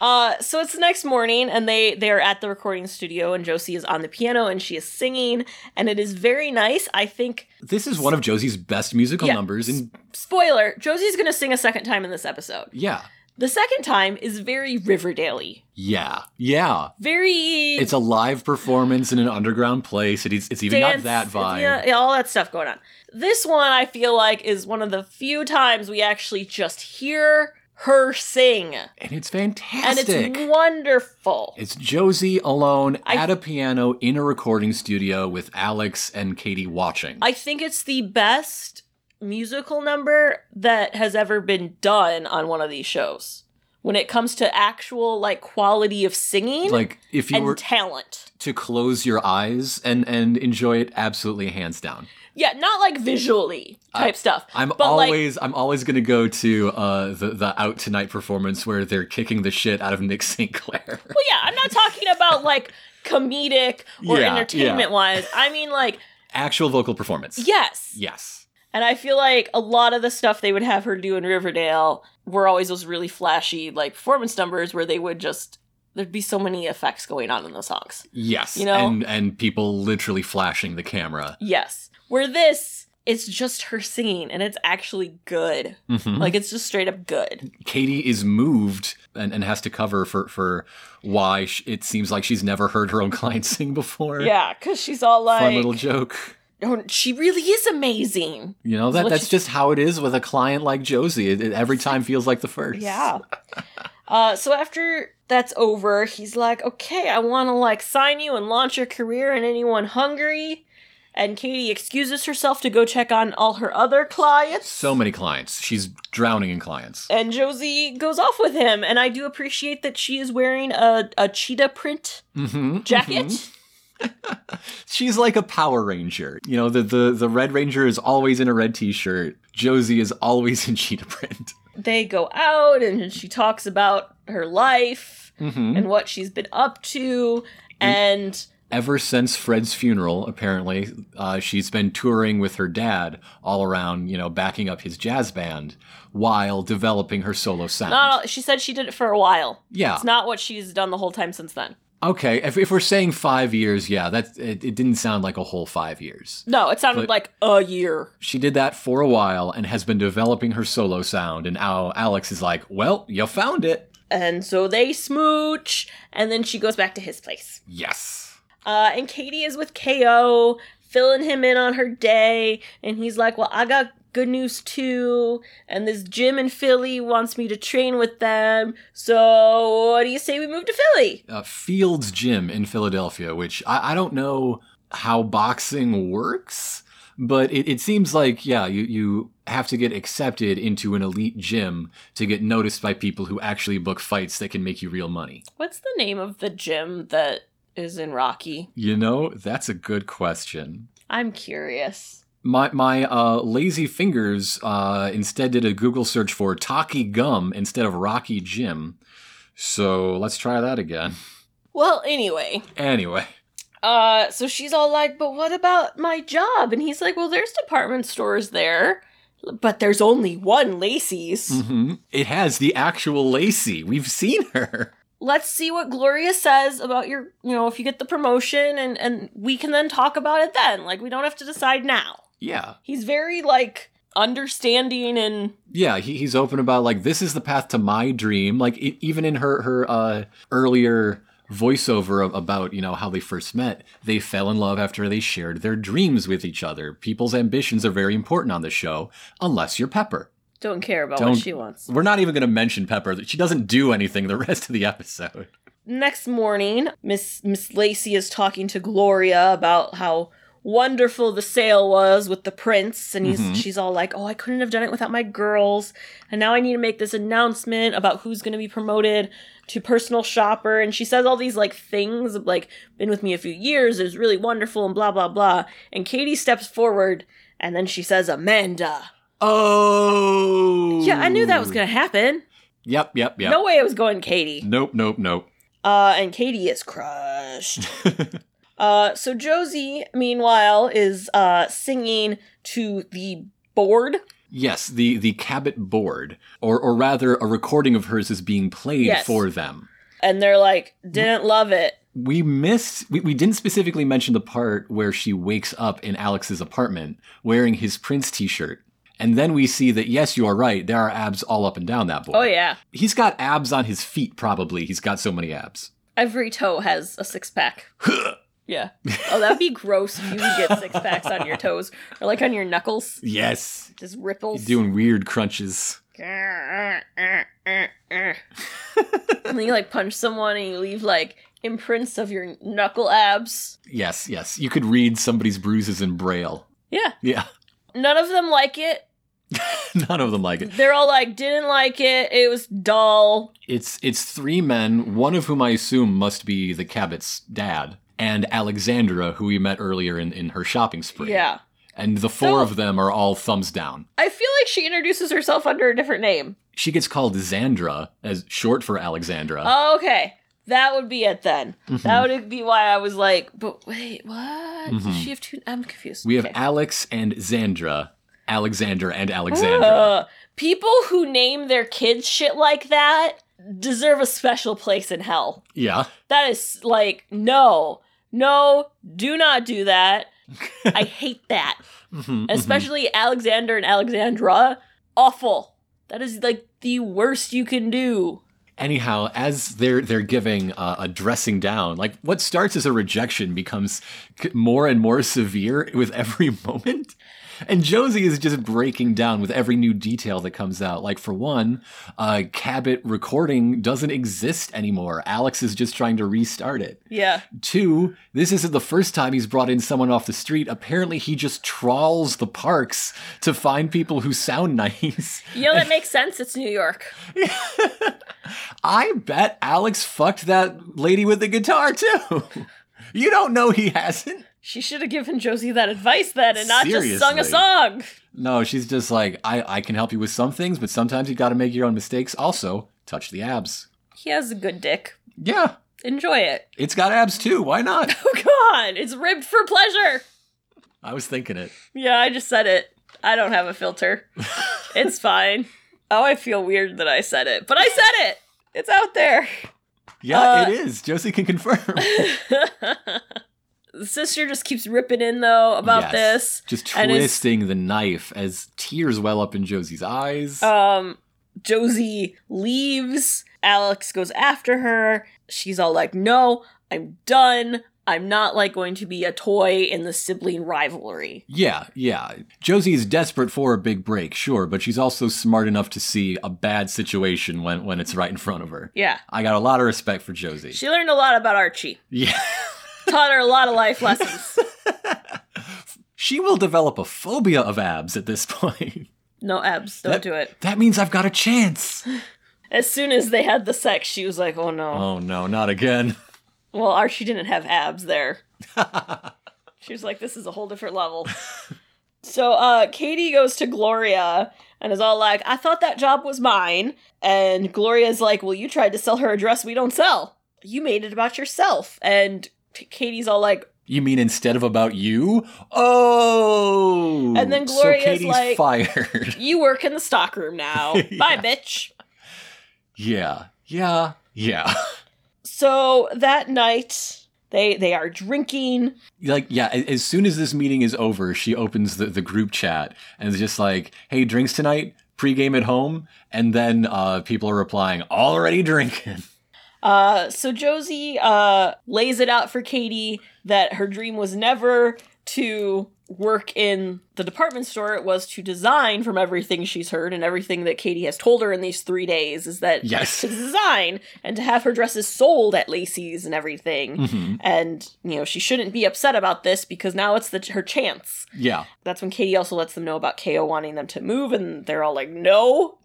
Uh, so it's the next morning, and they they are at the recording studio, and Josie is on the piano, and she is singing, and it is very nice. I think. This is one of Josie's best musical Yeah. numbers, and Spoiler: Josie's going to sing a second time in this episode. yeah, The second time is very Riverdale-y. yeah, yeah. very. It's a live performance in an underground place. It's it's even dance, got that vibe. Yeah, yeah, all that stuff going on. This one, I feel like, is one of the few times we actually just hear her sing, and it's and fantastic. it's wonderful. It's Josie alone I- at a piano in a recording studio with Alex and Katie watching. I think it's the best musical number that has ever been done on one of these shows. When it comes to actual like quality of singing like if you and were talent. to close your eyes and and enjoy it absolutely hands down. Yeah, not like visually type stuff. I'm but like always I'm always gonna go to uh, the the out tonight performance where they're kicking the shit out of Nick Sinclair. well, yeah, I'm not talking about like comedic or Yeah, yeah. entertainment wise. I mean like Actual vocal performance. yes. Yes. And I feel like a lot of the stuff they would have her do in Riverdale were always those really flashy like performance numbers where they would just there'd be so many effects going on in the songs. Yes. You know? and and people literally flashing the camera. Yes. Where this it's just her singing and it's actually good. Mhm. Like it's just straight up good. Katie is moved and, and has to cover for for why sh- it seems like she's never heard her own client sing before. Yeah, cuz she's all like Fun little joke. "Oh, she really is amazing. You know that Well, that's she's- just how it is with a client like Josie. It, it every time feels like the first. Yeah. Uh, so after that's over, he's like, "Okay, I want to like sign you and launch your career in anyone hungry." And Katie excuses herself to go check on all her other clients. So many clients. She's drowning in clients. and Josie goes off with him, and I do appreciate that she is wearing a, a cheetah print Mm-hmm. jacket. She's like a Power Ranger. You know, the, the, the Red Ranger is always in a red t shirt. Josie is always in cheetah print. They go out, and she talks about her life Mm-hmm. and what she's been up to, and Ever since Fred's funeral, apparently, uh, she's been touring with her dad all around, you know, backing up his jazz band while developing her solo sound. not. uh, She said she did it for a while. yeah. It's not what she's done the whole time since then. okay. If, if we're saying five years, yeah, that's, it, it didn't sound like a whole five years. No, it sounded But- like a year. She did that for a while and has been developing her solo sound. And now Alex is like, well, you found it. And so they smooch, and then she goes back to his place. Yes. Uh, and Katie is with KO, filling him in on her day, and he's like, Well, I got good news too, and this gym in Philly wants me to train with them, so what do you say we move to Philly? uh, Fields Gym in Philadelphia, which I, I don't know how boxing works, but it, it seems like, yeah, you, you have to get accepted into an elite gym to get noticed by people who actually book fights that can make you real money. What's the name of the gym that is in Rocky? You know, that's a good question. I'm curious. My, my uh, lazy fingers uh, instead did a Google search for Taki Gum instead of Rocky Gym. So let's try that again. Well, anyway, Anyway. Uh, so she's all like, "But what about my job?" And he's like, "Well, there's department stores there, but there's only one Lacey's. Mhm. It has the actual Lacey. We've seen her. Let's see what Gloria says about your, you know, if you get the promotion, and and we can then talk about it then. Like, we don't have to decide now." Yeah. He's very like understanding and Yeah, he, he's open about like this is the path to my dream. Like e even in her her uh, earlier voiceover a- about you know how they first met, they fell in love after they shared their dreams with each other. People's ambitions are very important on the show, unless you're Pepper. don't care about Don't- what she wants. We're not even going to mention Pepper. She doesn't do anything the rest of the episode. next morning, Miss Miss Lacey is talking to Gloria about how wonderful the sale was with the prince, and he's Mhm. she's all like, "Oh, I couldn't have done it without my girls, and now I need to make this announcement about who's going to be promoted to personal shopper." And she says all these like things of, like been with me a few years, it was really wonderful, and blah blah blah. And Katie steps forward, and then she says, "Amanda." Oh. Yeah, I knew that was gonna happen. Yep, yep, yep. No way it was going Katie. Nope, nope, nope. Uh, and Katie is crushed. uh, so Josie, meanwhile, is uh singing to the board. Yes, the the Cabot board, or or rather, a recording of hers is being played Yes. for them. and they're like, didn't love it. We missed. We, we didn't specifically mention the part where she wakes up in Alex's apartment wearing his Prince T-shirt, and then we see that yes, you are right. There are abs all up and down that board. Oh, yeah. he's got abs on his feet. Probably he's got so many abs. Every toe has a six pack. yeah. Oh, that'd be gross if you could get six packs on your toes or like on your knuckles. Yes, Just he's ripples. doing weird crunches. and then you like punch someone and you leave like imprints of your knuckle abs. Yes, yes. You could read somebody's bruises in braille. Yeah. Yeah, None of them like it. none of them like it. They're all like, didn't like it. It was dull. It's it's three men, one of whom I assume must be the Cabot's dad, and Alexandra, who we met earlier in, in her shopping spree. Yeah. And the four So- of them are all thumbs down. I feel like she introduces herself under a different name. She gets called Xandra, as short for Alexandra. Oh, okay. That would be it then. Mhm. That would be why I was like, but wait, what? Does Mhm. she have two? I'm confused. we have Okay. Alex and Xandra. Alexander and Alexandra. Ugh. people who name their kids shit like that deserve a special place in hell. yeah. That is like, no, no, do not do that. I hate that. Mhm, mhm. Especially Alexander and Alexandra. Awful. That is like the worst you can do. Anyhow, as they're they're giving uh, a dressing down, like what starts as a rejection becomes c- more and more severe with every moment. And Josie is just breaking down with every new detail that comes out. Like for one, uh, Cabot recording doesn't exist anymore. Alex is just trying to restart it. Yeah. Two, this isn't the first time he's brought in someone off the street. Apparently, he just trawls the parks to find people who sound nice. You know, that makes sense. It's New York. I bet Alex fucked that lady with the guitar too. You don't know he hasn't. She should have given Josie that advice then and not just sung a Seriously. song. No, she's just like, I, I can help you with some things, but sometimes you gotta make your own mistakes. Also, touch the abs. He has a good dick. Yeah, Enjoy it. it's got abs too. Why not? Oh, God. It's ribbed for pleasure. I was thinking it. Yeah, I just said it. I don't have a filter. it's fine. Oh, I feel weird that I said it, but I said it. It's out there. Yeah, Uh, it is. Josie can confirm. the sister just keeps ripping in, though, about Yes. this. Just And it's- twisting the knife as tears well up in Josie's eyes. Um, Josie leaves. Alex goes after her. She's all like, "No, I'm done. I'm not like going to be a toy in the sibling rivalry." Yeah, yeah. Josie is desperate for a big break, sure, but she's also smart enough to see a bad situation when, when it's right in front of her. Yeah, I got a lot of respect for Josie. she learned a lot about Archie. yeah. Taught her a lot of life lessons. She will develop a phobia of abs at this point. No abs, don't That- do it. That means I've got a chance. As soon as they had the sex, she was like, "Oh no." Oh no, not again. Well, Archie didn't have abs there. she was like, "This is a whole different level." so, uh, Katie goes to Gloria and is all like, "I thought that job was mine," and Gloria's like, "Well, you tried to sell her a dress we don't sell. You made it about yourself." And P- Katie's all like, You mean instead of about you? Oh. And then so Gloria's Katie's like- fired. "You work in the stockroom now. Bye, Yeah. bitch." yeah. Yeah. Yeah. So that night, they they are drinking. like yeah a- as soon as this meeting is over she opens the, the group chat and is just like hey drinks tonight pregame at home and then uh, people are replying already drinking Uh, so Josie uh, lays it out for Katie that her dream was never to work in the department store. It was to design from everything she's heard and everything that Katie has told her in these three days is that yes to design and to have her dresses sold at Lacey's and everything. hmm And you know she shouldn't be upset about this because now it's the, her chance. yeah That's when Katie also lets them know about Ko wanting them to move, and they're all like, "No."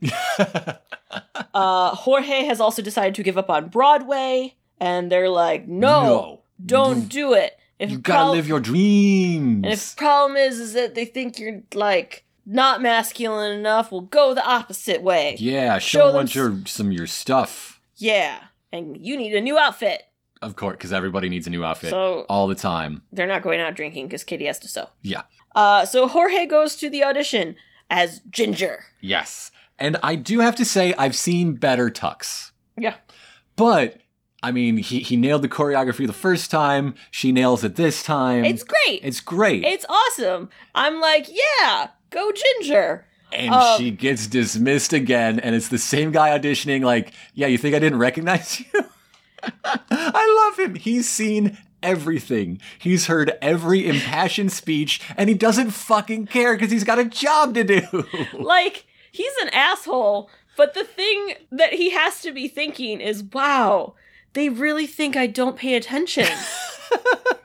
uh, Jorge has also decided to give up on Broadway, and they're like, "No, don't do it." If you gotta prob- live your dreams And if problem is, is that they think you're like not masculine enough will go the opposite way. Yeah, Show show, them them your, some of your stuff. Yeah. And you need a new outfit. Of course, because everybody needs a new outfit So- all the time. They're not going out drinking because Kitty has to sew. Yeah. Uh, so Jorge goes to the audition as Ginger. Yes. And I do have to say, I've seen better Tux. Yeah. But, I mean, he, he nailed the choreography the first time. She nails it this time. It's great. It's, It's great. awesome. I'm like, yeah, go Ginger. and um, she gets dismissed again. And it's the same guy auditioning, like, yeah, you think I didn't recognize you? I love him. He's seen everything, he's heard every impassioned speech, and he doesn't fucking care because he's got a job to do. Like, he's an asshole, but the thing that he has to be thinking is, wow, they really think I don't pay attention.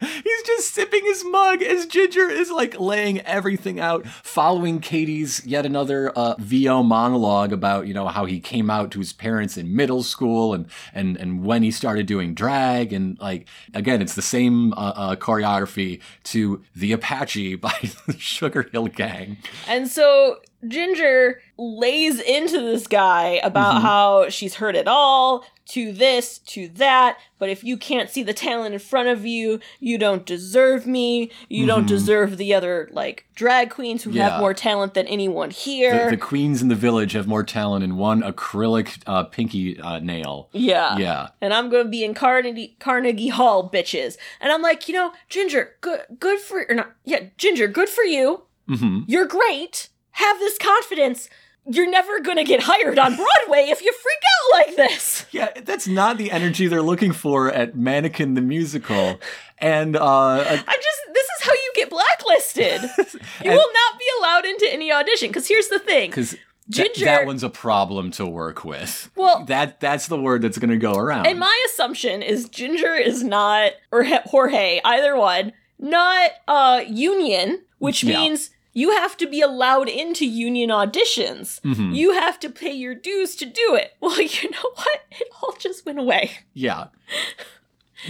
He's just sipping his mug as Ginger is like laying everything out, following Katie's yet another uh, VO monologue about you know how he came out to his parents in middle school and and and when he started doing drag and like again it's the same uh, uh, choreography to the Apache by the Sugar Hill Gang. And so Ginger lays into this guy about Mm-hmm. how she's heard it all, to this, to that, but if you can't see the talent in front of you, you don't deserve me. You don't deserve the other like drag queens who Mm-hmm. Yeah. have more talent than anyone The, here. the queens in the village have more talent in one acrylic uh, pinky uh, nail. yeah. Yeah. And I'm going to be in Carnegie, Carnegie Hall, bitches. And I'm like, you know, Ginger, good good for or not. Yeah, Ginger, good for you. hmm You're great. Have this confidence. You're never going to get hired on Broadway if you freak out like this. Yeah, that's not the energy they're looking for at Mannequin the Musical. And uh, I just, this is how you get blacklisted. you will not be allowed into any audition. Because here's the thing. because Ginger- that one's a problem to work with. Well- that that's the word that's going to go around. And my assumption is Ginger is not, or He- Jorge, either one, not uh, union, which Yeah. means you have to be allowed into union auditions. Mhm. You have to pay your dues to do it. Well, you know what? It all just went away. yeah.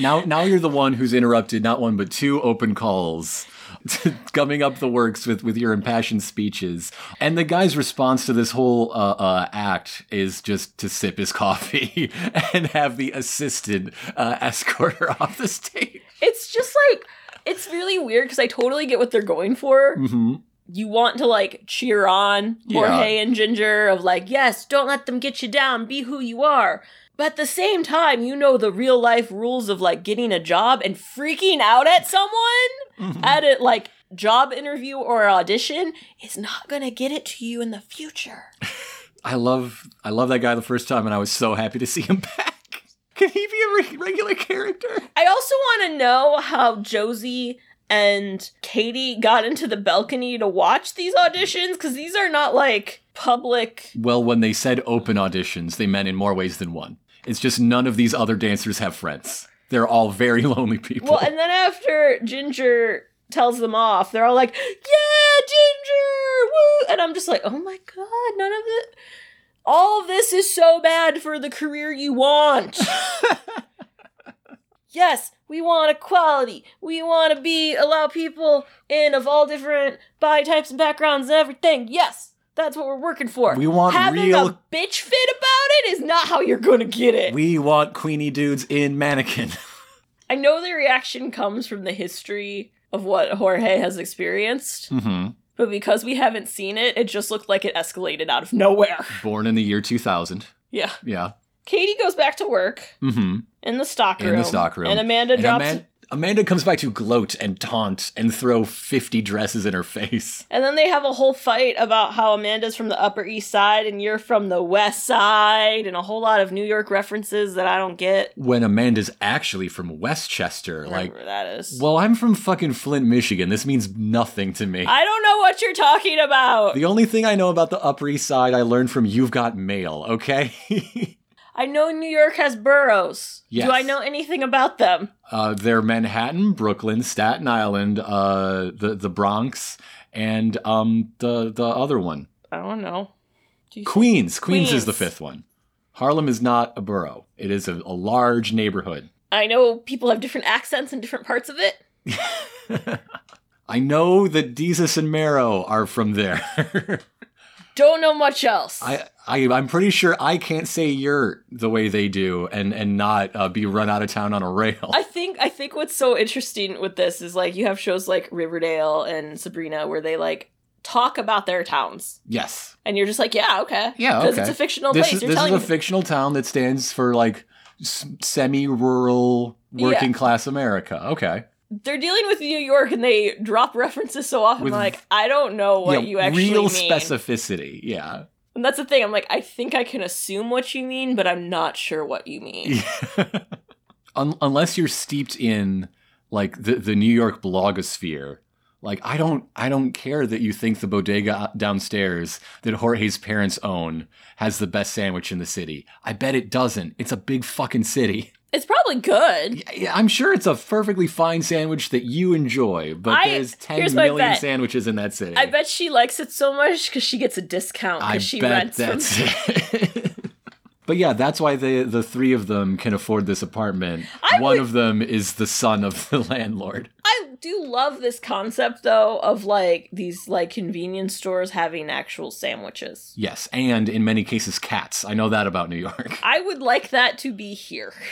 Now, now you're the one who's interrupted not one but two open calls, gumming up the works with, with your impassioned speeches. And the guy's response to this whole uh, uh, act is just to sip his coffee and have the assistant uh, escort her off the stage. It's just like, it's really weird because I totally get what they're going for. hmm You want to like cheer on Yeah. Jorge and Ginger of like, yes, don't let them get you down, be who you are. But at the same time, you know the real life rules of like getting a job and freaking out at someone at a like job interview or audition is not gonna get it to you in the future. I love I love that guy the first time, and I was so happy to see him back. Can he be a re- regular character? I also want to know how Josie and Katie got into the balcony to watch these auditions because these are not like public. Well, when they said open auditions, they meant in more ways than one. It's just none of these other dancers have friends. They're all very lonely people. Well, and then after Ginger tells them off, they're all like, "Yeah, Ginger!" Woo! And I'm just like, "Oh my god, none of the all of this is so bad for the career you want." yes, we want equality. We want to be allow people in of all different body types and backgrounds and everything. Yes. That's what we're working for. We want Having real- a bitch fit about it is not how you're gonna get it. we want Queenie dudes in mannequin. I know the reaction comes from the history of what Jorge has experienced, hmm but because we haven't seen it, it just looked like it escalated out of nowhere. Born in the year 2000. Yeah. Yeah. Katie goes back to work hmm in the stockroom. In the stockroom. And Amanda And drops Aman- Amanda comes by to gloat and taunt and throw 50 dresses in her face. and then they have a whole fight about how Amanda's from the Upper East Side and you're from the West Side and a whole lot of New York references that I don't get. When Amanda's actually from Westchester, like Whatever that is. Well, I'm from fucking Flint, Michigan. This means nothing to me. I don't know what you're talking about. the only thing I know about the Upper East Side, I learned from You've Got Mail, okay? I know New York has boroughs. Yes. Do I know anything about them? uh, they're Manhattan, Brooklyn, Staten Island, uh, the, the Bronx, and um, the, the other one. I don't know. Do you Queens. Queens. is the Queens. fifth one. Harlem is not a borough, it is a, a large neighborhood. I know people have different accents in different parts of it. I know that Jesus and Marrow are from there. Don't know much else. I, I I'm pretty sure I can't say "you're" the way they do and and not uh, be run out of town on a rail. I think I think what's so interesting with this is like you have shows like Riverdale and Sabrina where they like talk about their towns yes. and you're just like yeah okay Yeah, because okay. it's a fictional This place is you're this is telling a me fictional town that stands for like s- semi-rural Yeah. working class America. Okay. they're dealing with New York and they drop references so often With- I'm like I don't know what Yeah, you actually real mean specificity. Yeah. and that's the thing I'm like I think I can assume what you mean but I'm not sure what you mean Un- unless you're steeped in like the the New York blogosphere. Like I don't I don't care that you think the bodega downstairs that Jorge's parents own has the best sandwich in the city. I bet it doesn't. It's a big fucking city. it's probably good Yeah, I'm sure it's a perfectly fine sandwich that you enjoy, but I- there's 10 here's my million bet. sandwiches in that city. I bet she likes it so much because she gets a discount I because she rents bet from that's it. but yeah, that's why the the three of them can afford this apartment. I One would- of them is the son of the landlord. I do love this concept though of like these like convenience stores having actual sandwiches. Yes, and in many cases, cats. I know that about New York. I would like that to be here.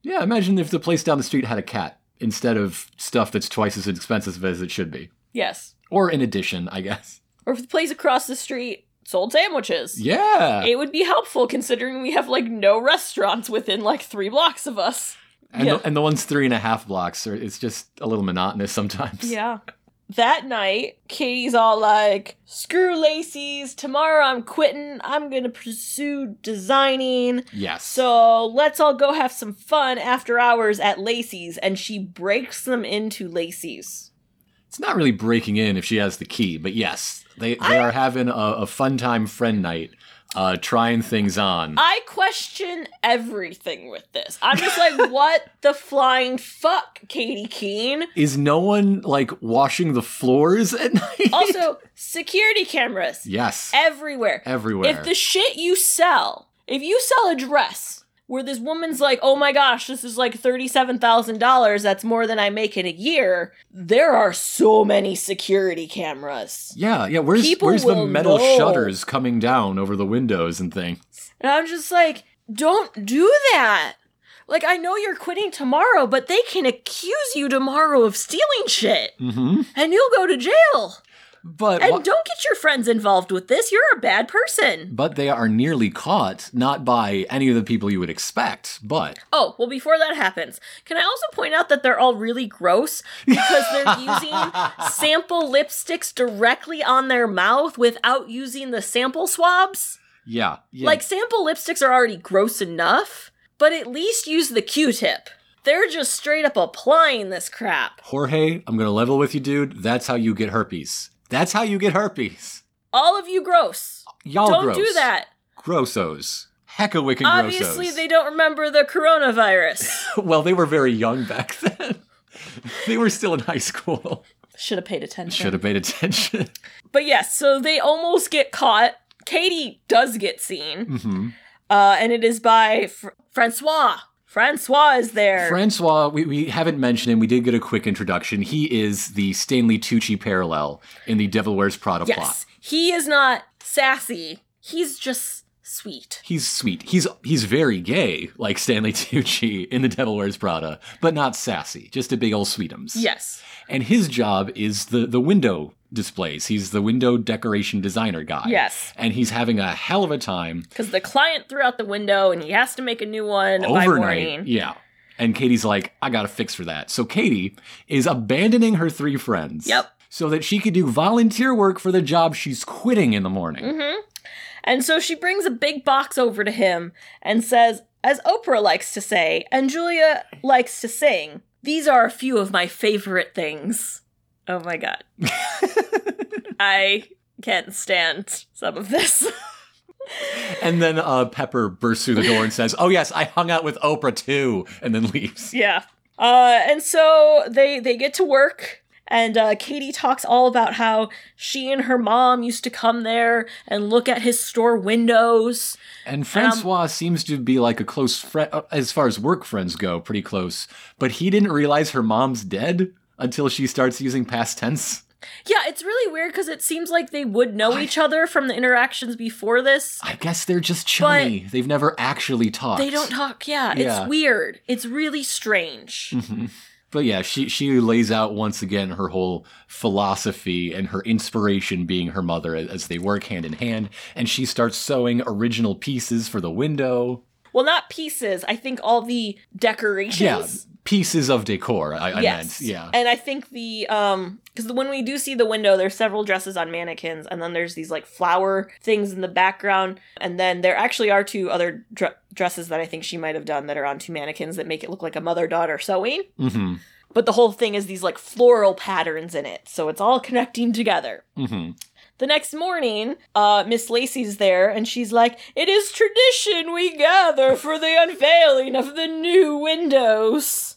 Yeah, imagine if the place down the street had a cat instead of stuff that's twice as expensive as it should be, Yes. or in addition, I guess. Or if the place across the street sold sandwiches. Yeah, It would be helpful considering we have like no restaurants within like three blocks of us. and yeah. The, and the ones three and a half blocks are it's just a little monotonous sometimes. Yeah. That night, Katie's all like, screw Lacey's, tomorrow I'm quitting, I'm gonna pursue designing. Yes. So let's all go have some fun after hours at Lacey's. And she breaks them into Lacey's. It's not really breaking in if she has the key, but yes, they they are having a, a fun time friend night, uh, trying things on. I question everything with this. I'm just like, what the flying fuck, Katie Keene? Is no one like washing the floors at night? Also, security cameras yes, everywhere. everywhere. If the shit you sell, if you sell a dress where this woman's like, oh my gosh, this is like $37,000, that's more than I make in a year, there are so many security cameras. yeah, yeah. Where's People where's the will metal know. shutters coming down over the windows and things? And I'm just like, don't do that. Like, I know you're quitting tomorrow, but they can accuse you tomorrow of stealing shit Mm-hmm. and you'll go to jail. But And wha- don't get your friends involved with this. You're a bad person. but they are nearly caught, not by any of the people you would expect, but Oh, well, before that happens, can I also point out that they're all really gross because they're using sample lipsticks directly on their mouth without using the sample swabs? yeah, yeah. Like, sample lipsticks are already gross enough, but at least use the Q tip. They're just straight up applying this crap. Jorge, I'm gonna level with you, dude. That's how you get herpes. That's how you get herpes. All of you gross. Y'all Don't gross. do that. Grossos. Hecka wicked Obviously, they don't remember the coronavirus. well, they were very young back then. they were still in high school. Should have paid attention. Should have paid attention. But yes, so they almost get caught. Katie does get seen. hmm uh, and it is by Fr- Francois. Francois is there. Francois, we, we haven't mentioned him. We did get a quick introduction. He is the Stanley Tucci parallel in the Devil Wears Prada plot. yes, he is not sassy. He's just sweet. He's sweet. He's he's very gay, like Stanley Tucci in The Devil Wears Prada, but not sassy. Just a big old sweetums. Yes, And his job is the the window displays. He's the window decoration designer guy. Yes. And he's having a hell of a time because the client threw out the window, and he has to make a new one by overnight. morning. Yeah. And Katie's like, I got to fix for that. So Katie is abandoning her three friends. Yep. So that she could do volunteer work for the job she's quitting in the morning. Mm-hmm. And so she brings a big box over to him and says, as Oprah likes to say, and Julia likes to sing, these are a few of my favorite things. Oh my god. I can't stand some of this. And then uh, Pepper bursts through the door and says, Oh, yes, I hung out with Oprah too. And then leaves. Yeah. Uh, and so they they get to work, and uh, Katie talks all about how she and her mom used to come there and look at his store windows. And Francois seems to be like a uh, close friend, as far as work friends go, pretty close. But he didn't realize her mom's dead. until she starts using past tense. Yeah, it's really weird because it seems like they would know each other from the interactions before this. I guess they're just chummy. They've never actually talked. They don't talk. Yeah, Yeah. Mm-hmm. it's weird. It's really strange. But yeah, she she lays out once again her whole philosophy and her inspiration being her mother as- as they work hand in hand, and she starts sewing original pieces for the window. Well, not pieces. I think all the decorations. Yeah, pieces of decor. I, I yes. meant. Yeah. And I think the um because when we do see the window, there's several dresses on mannequins, and then there's these like flower things in the background, and then there actually are two other dre- dresses that I think she might have done that are on two mannequins that make it look like a mother daughter sewing. hmm But the whole thing is these like floral patterns in it, so it's all connecting together. hmm The next morning, uh, Miss Lacey's there, and she's like, "It is tradition we gather for the unveiling of the new windows,"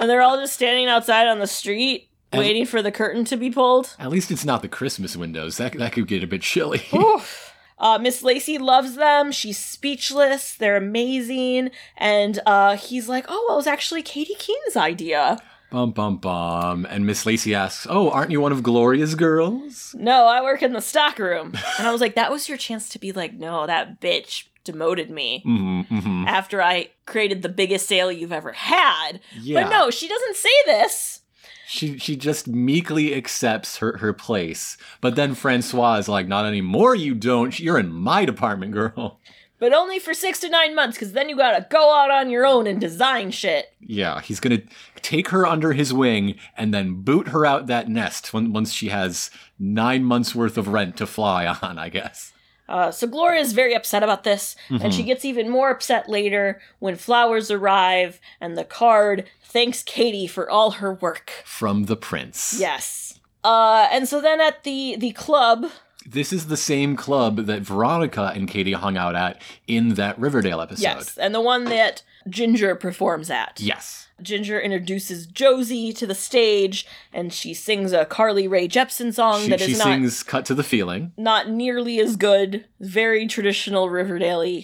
and they're all just standing outside on the street. And- Waiting for the curtain to be pulled. At least it's not the Christmas windows. That that could get a bit chilly. Oof. Uh, Miss Lacey loves them. She's speechless. They're amazing. And uh, he's like, oh, well, it was actually Katie Keene's idea. bum bum bum. And Miss Lacey asks, "Oh, aren't you one of Gloria's girls?" No, I work in the stock room. And I was like, that was your chance to be like, no, that bitch demoted me hmm hmm after I created the biggest sale you've ever had. Yeah. But no, she doesn't say this. She she just meekly accepts her, her place. But then Francois is like, not anymore, you don't. You're in my department, girl. But only for six to nine months, because then you gotta go out on your own and design shit. Yeah, he's gonna take her under his wing and then boot her out that nest when, once she has nine months worth of rent to fly on, I guess. Uh, so Gloria is very upset about this, and she gets even more upset later when flowers arrive and the card thanks Katie for all her work. From the prince. Yes. Uh, and so then at the the club, This is the same club that Veronica and Katie hung out at in that Riverdale episode. yes, and the one that Ginger performs at. Yes. Ginger introduces Josie to the stage, and she sings a Carly Rae Jepsen song She, Um, that she is not sings Cut to the Feeling. not nearly as good, very traditional Riverdale.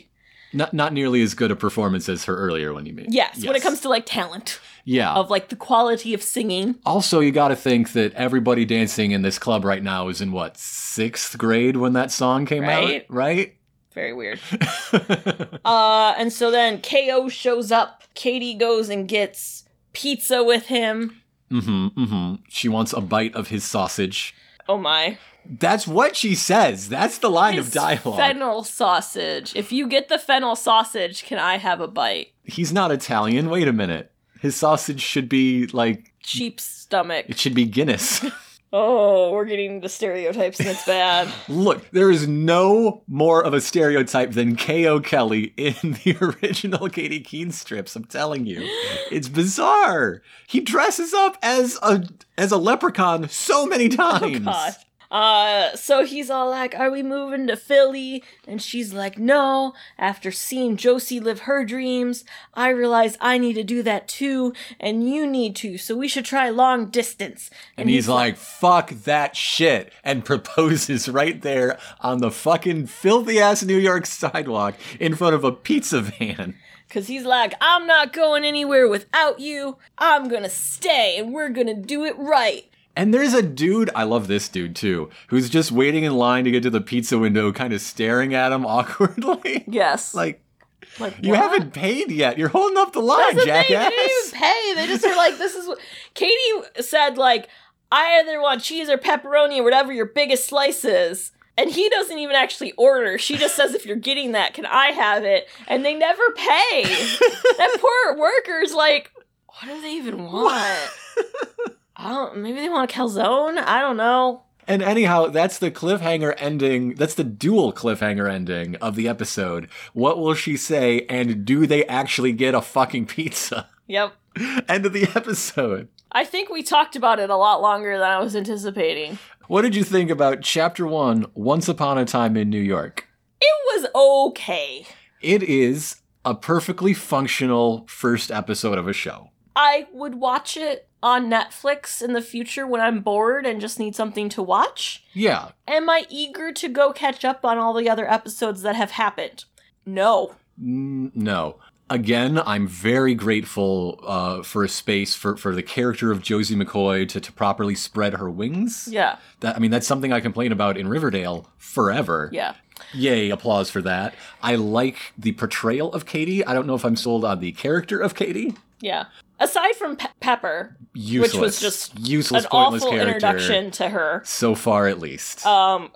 Not not nearly as good a performance as her earlier one, you mean? Yes, when it comes to like talent Yeah. of like the quality of singing. Also, you got to think that everybody dancing in this club right now is in what sixth grade when that song came Right. out, right? Mm-hmm, Very weird. uh, and so then KO shows up. Katie goes and gets pizza with him. Mm-hmm. Mm-hmm. She wants a bite of his sausage. Oh my. That's what she says. That's the line of His dialogue. Fennel sausage. If you get the fennel sausage, can I have a bite? He's not Italian. Wait a minute. His sausage should be like Cheap stomach. it should be Guinness. Oh, we're getting into stereotypes and it's bad. Look, there is no more of a stereotype than K.O. Kelly in the original Katie Keene strips. I'm telling you, it's bizarre. He dresses up as a as a leprechaun so many times. Oh, God. Uh, so he's all like, "Are we moving to Philly?" And she's like, "No." After seeing Josie live her dreams, I realize I need to do that too, and you need to. So we should try long distance. And he's like, "Fuck that shit," and proposes right there on the fucking filthy ass New York sidewalk in front of a pizza van. "Cause he's like, I'm not going anywhere without you. I'm gonna stay, and we're gonna do it right." And there's a dude, I love this dude too, who's just waiting in line to get to the pizza window, kind of staring at him awkwardly. Yes. Like, like You what? haven't paid yet. You're holding up the line, That's the thing. They jackass. didn't even pay. They just were like, "This is what." Katie said, "Like I either want cheese or pepperoni or whatever your biggest slice is." And he doesn't even actually order. She just says, "If you're getting that, can I have it?" And they never pay. that poor worker's like, "What do they even want?" I don't. Maybe they want a calzone. I don't know. and anyhow, that's the cliffhanger ending. That's the dual cliffhanger ending of the episode. What will she say? And do they actually get a fucking pizza? Yep. End of the episode. I think we talked about it a lot longer than I was anticipating. What did you think about chapter one, Once Upon a Time in New York? It was okay. It is a perfectly functional first episode of a show. I would watch it on Netflix in the future when I'm bored and just need something to watch. Yeah. Am I eager to go catch up on all the other episodes that have happened? No. N- Mm, no. again, I'm very grateful uh, for a space for, for the character of Josie McCoy to, to properly spread her wings. Yeah. That, I mean, that's something I complain about in Riverdale forever. Yeah. Yay, applause for that. I like the portrayal of Katie. I don't know if I'm sold on the character of Katie. Yeah. Aside from Pe- Pepper, Useless. which was just useless, an pointless awful character. introduction to her. So far, at least. Um,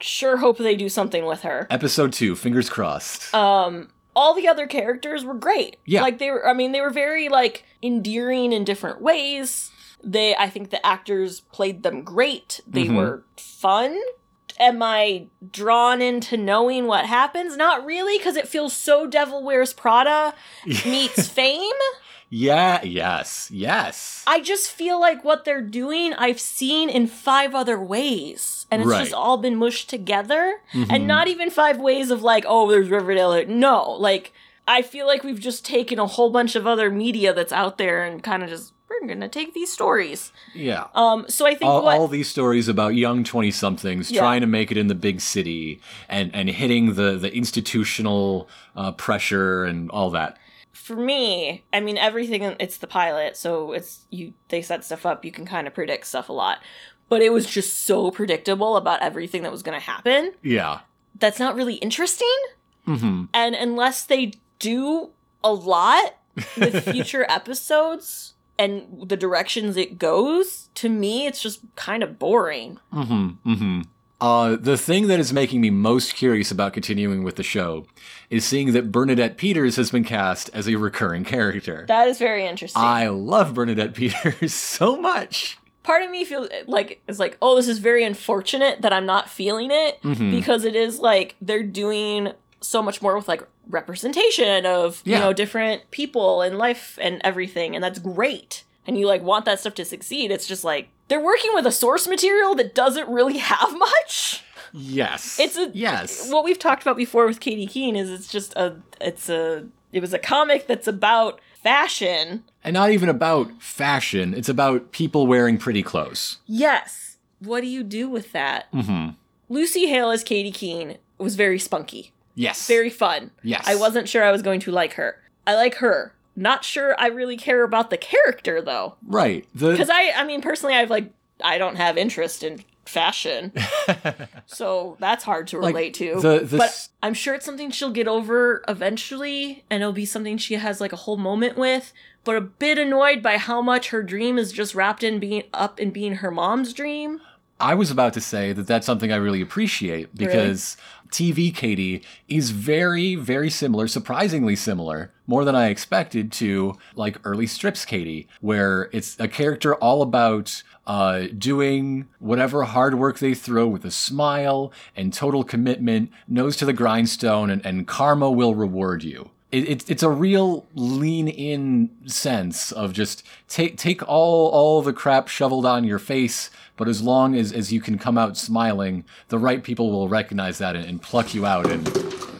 sure hope they do something with her. Episode two, fingers crossed. Um, all the other characters were great. Yeah. like they were. I mean, they were very like endearing in different ways. They, I think the actors played them great. They Mhm. were fun. Am I drawn into knowing what happens? Not really, because it feels so Devil Wears Prada meets Fame. yeah, yes, yes. I just feel like what they're doing, I've seen in five other ways. And it's Right. just all been mushed together. Mhm. And not even five ways of like, oh, there's Riverdale. No, like, I feel like we've just taken a whole bunch of other media that's out there and kind of just, we're going to take these stories. yeah. Um, so I think all, what. all these stories about young 20 somethings Yeah. trying to make it in the big city and, and hitting the, the institutional uh, pressure and all that. for me, I mean everything it's the pilot, so it's you they set stuff up, you can kind of predict stuff a lot. But it was just so predictable about everything that was going to happen. Yeah. That's not really interesting. hmm and unless they do a lot with future episodes and the directions it goes to me it's just kind of boring hmm hmm Uh, the thing that is making me most curious about continuing with the show is seeing that Bernadette Peters has been cast as a recurring character. that is very interesting I love Bernadette Peters so much. part of me feels like it's like oh this is very unfortunate that i'm not feeling it Mhm. because it is like they're doing so much more with like representation of Yeah. you know different people and life and everything and that's great and you like want that stuff to succeed it's just like they're working with a source material that doesn't really have much Yes. It's a- yes. what we've talked about before with Katie Keene is it's just a it's a it was a comic that's about fashion. and not even about fashion. It's about people wearing pretty clothes. Yes. What do you do with that? Mm-hmm. Lucy Hale as Katie Keene was very spunky, Yes. very fun. Yes. I wasn't sure I was going to like her. I like her. Not sure I really care about the character though, right. The because I I mean personally I've like I don't have interest in fashion, so that's hard to Like, relate to. the- the but s- I'm sure it's something she'll get over eventually, and it'll be something she has like a whole moment with. But a bit annoyed by how much her dream is just wrapped in being up in being her mom's dream. I was about to say that that's something I really appreciate because TV Katie is very very similar, surprisingly similar, more than I expected to like early strips Katie, where it's a character all about uh, doing whatever hard work they throw with a smile and total commitment, nose to the grindstone, and, and karma will reward you. it, it, it's a real lean in sense of just take take all all the crap shoveled on your face but as long as, as you can come out smiling the right people will recognize that and, and pluck you out and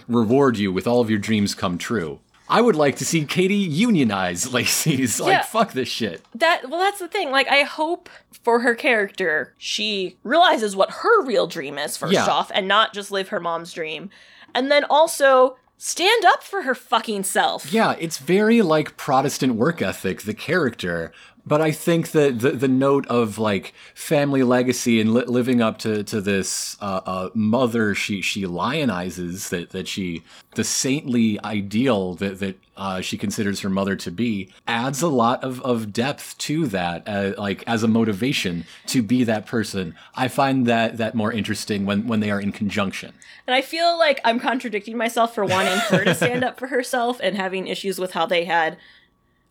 reward you with all of your dreams come true i would like to see katie unionize lacey's like Yeah. fuck this shit That well, that's the thing. Like I hope for her character, she realizes what her real dream is first Yeah. off, and not just live her mom's dream, and then also stand up for her fucking self. yeah it's very like protestant work ethic the character but I think that the, the note of like family legacy and li- living up to to this uh, uh, mother she she lionizes that that she the saintly ideal that that uh, she considers her mother to be adds a lot of, of depth to that uh, like as a motivation to be that person. I find that that more interesting when when they are in conjunction. And I feel like I'm contradicting myself for wanting her to stand up for herself and having issues with how they had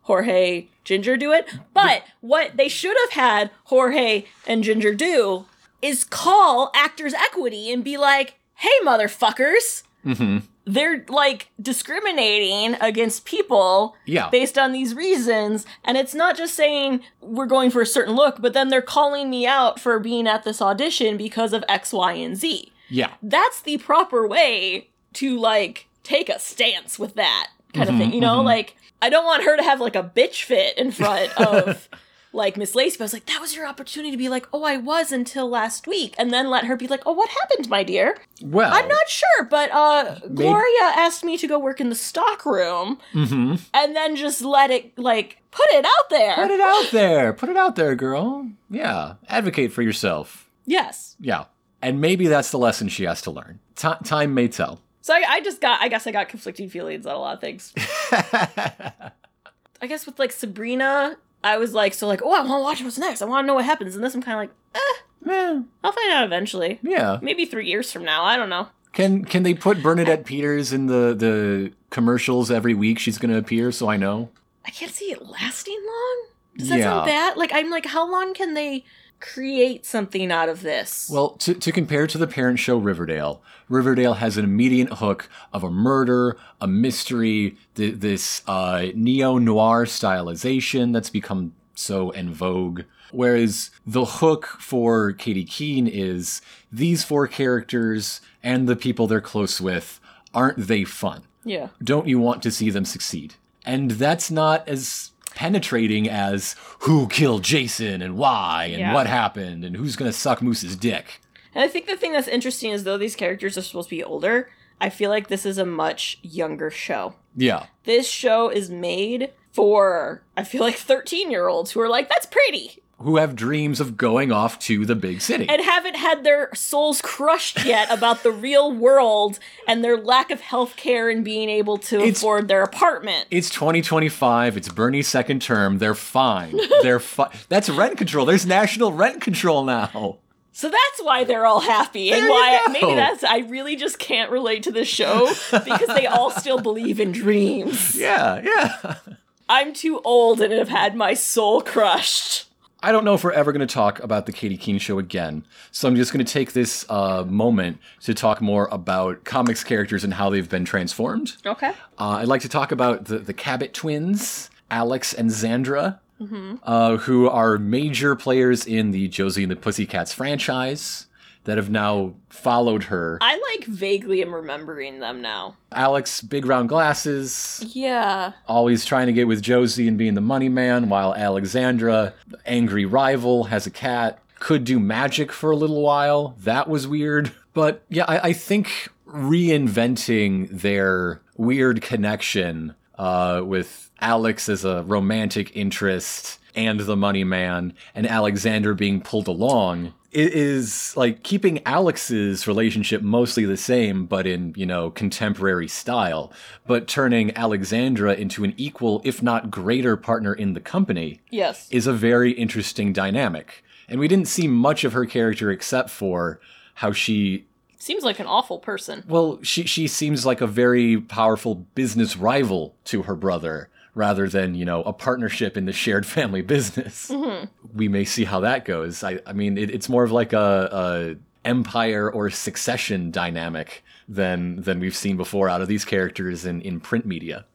Jorge Ginger do it. But what they should have had Jorge and Ginger do is call actors equity and be like, "Hey motherfuckers, Mm-hmm. they're like discriminating against people Yeah. based on these reasons and it's not just saying we're going for a certain look, but then they're calling me out for being at this audition because of X, Y, and Z." yeah. that's the proper way to like take a stance with Mm-hmm, that kind of thing. You know, like I don't want her to have like a bitch fit in front of like Miss Lacey, but I was like, that was your opportunity to be like, oh, I was until last week, and then let her be like, oh, what happened, my dear? Well, I'm not sure, but uh, Gloria asked me to go work in the stock room, mm-hmm. and then just let it like put it out there. Put it out there. Put it out there, girl. Yeah. Advocate for yourself. yes. Yeah. And maybe that's the lesson she has to learn. Ti time may tell. So I, I just got, I guess I got conflicting feelings on a lot of things. I guess with like Sabrina, I was like, so like, oh, I want to watch what's next. I want to know what happens. And this, I'm kind of like, eh, Eh, I'll find out eventually. yeah. Maybe three years from now. I don't know. Can can they put Bernadette Peters in the the commercials every week she's going to appear so I know? I can't see it lasting long. Does that sound Yeah. bad? Like, I'm like, how long can they create something out of this? Well, to, to compare to the parent show Riverdale, Riverdale has an immediate hook of a murder, a mystery, th- this uh, neo noir stylization that's become so en vogue. Whereas the hook for Katie Keene is these four characters and the people they're close with aren't they fun? yeah. Don't you want to see them succeed? And that's not as penetrating as who killed Jason and why and Yeah. what happened and who's going to suck Moose's dick. And I think the thing that's interesting is though these characters are supposed to be older, I feel like this is a much younger show. Yeah. This show is made for, I feel like, 13 year olds who are like, that's pretty, Who have dreams of going off to the big city. and haven't had their souls crushed yet about the real world and their lack of health care and being able to It's- afford their apartment. it's 2025. It's Bernie's second term. They're fine. They're fine. That's rent control. There's national rent control now. So that's why they're all happy and There you why go. maybe that's I really just can't relate to this show because they all still believe in dreams. Yeah, yeah. I'm too old and have had my soul crushed. I don't know if we're ever going to talk about the Katie Keene show again. So I'm just going to take this uh, moment to talk more about comics characters and how they've been transformed. Okay. Uh, I'd like to talk about the, the Cabot twins, Alex and Zandra, uh, who are major players in the Josie and the Pussycats franchise that have now followed her. I like vaguely am remembering them now. Alex, big round glasses, Yeah. always trying to get with Josie and being the money man, while Alexandra, angry rival, has a cat, could do magic for a little while. That was weird. But yeah, I, I think reinventing their weird connection uh, with Alex as a romantic interest and the money man, and Alexander being pulled along. It is like keeping Alex's relationship mostly the same, but in, you know, contemporary style, but turning Alexandra into an equal, if not greater, partner in the company Yes. is a very interesting dynamic. And we didn't see much of her character except for how she Seems like an awful person. well, she she seems like a very powerful business rival to her brother rather than, you know, a partnership in the shared family business. We may see how that goes. I I mean, it, it's more of like a, a empire or succession dynamic than than we've seen before out of these characters in in print media.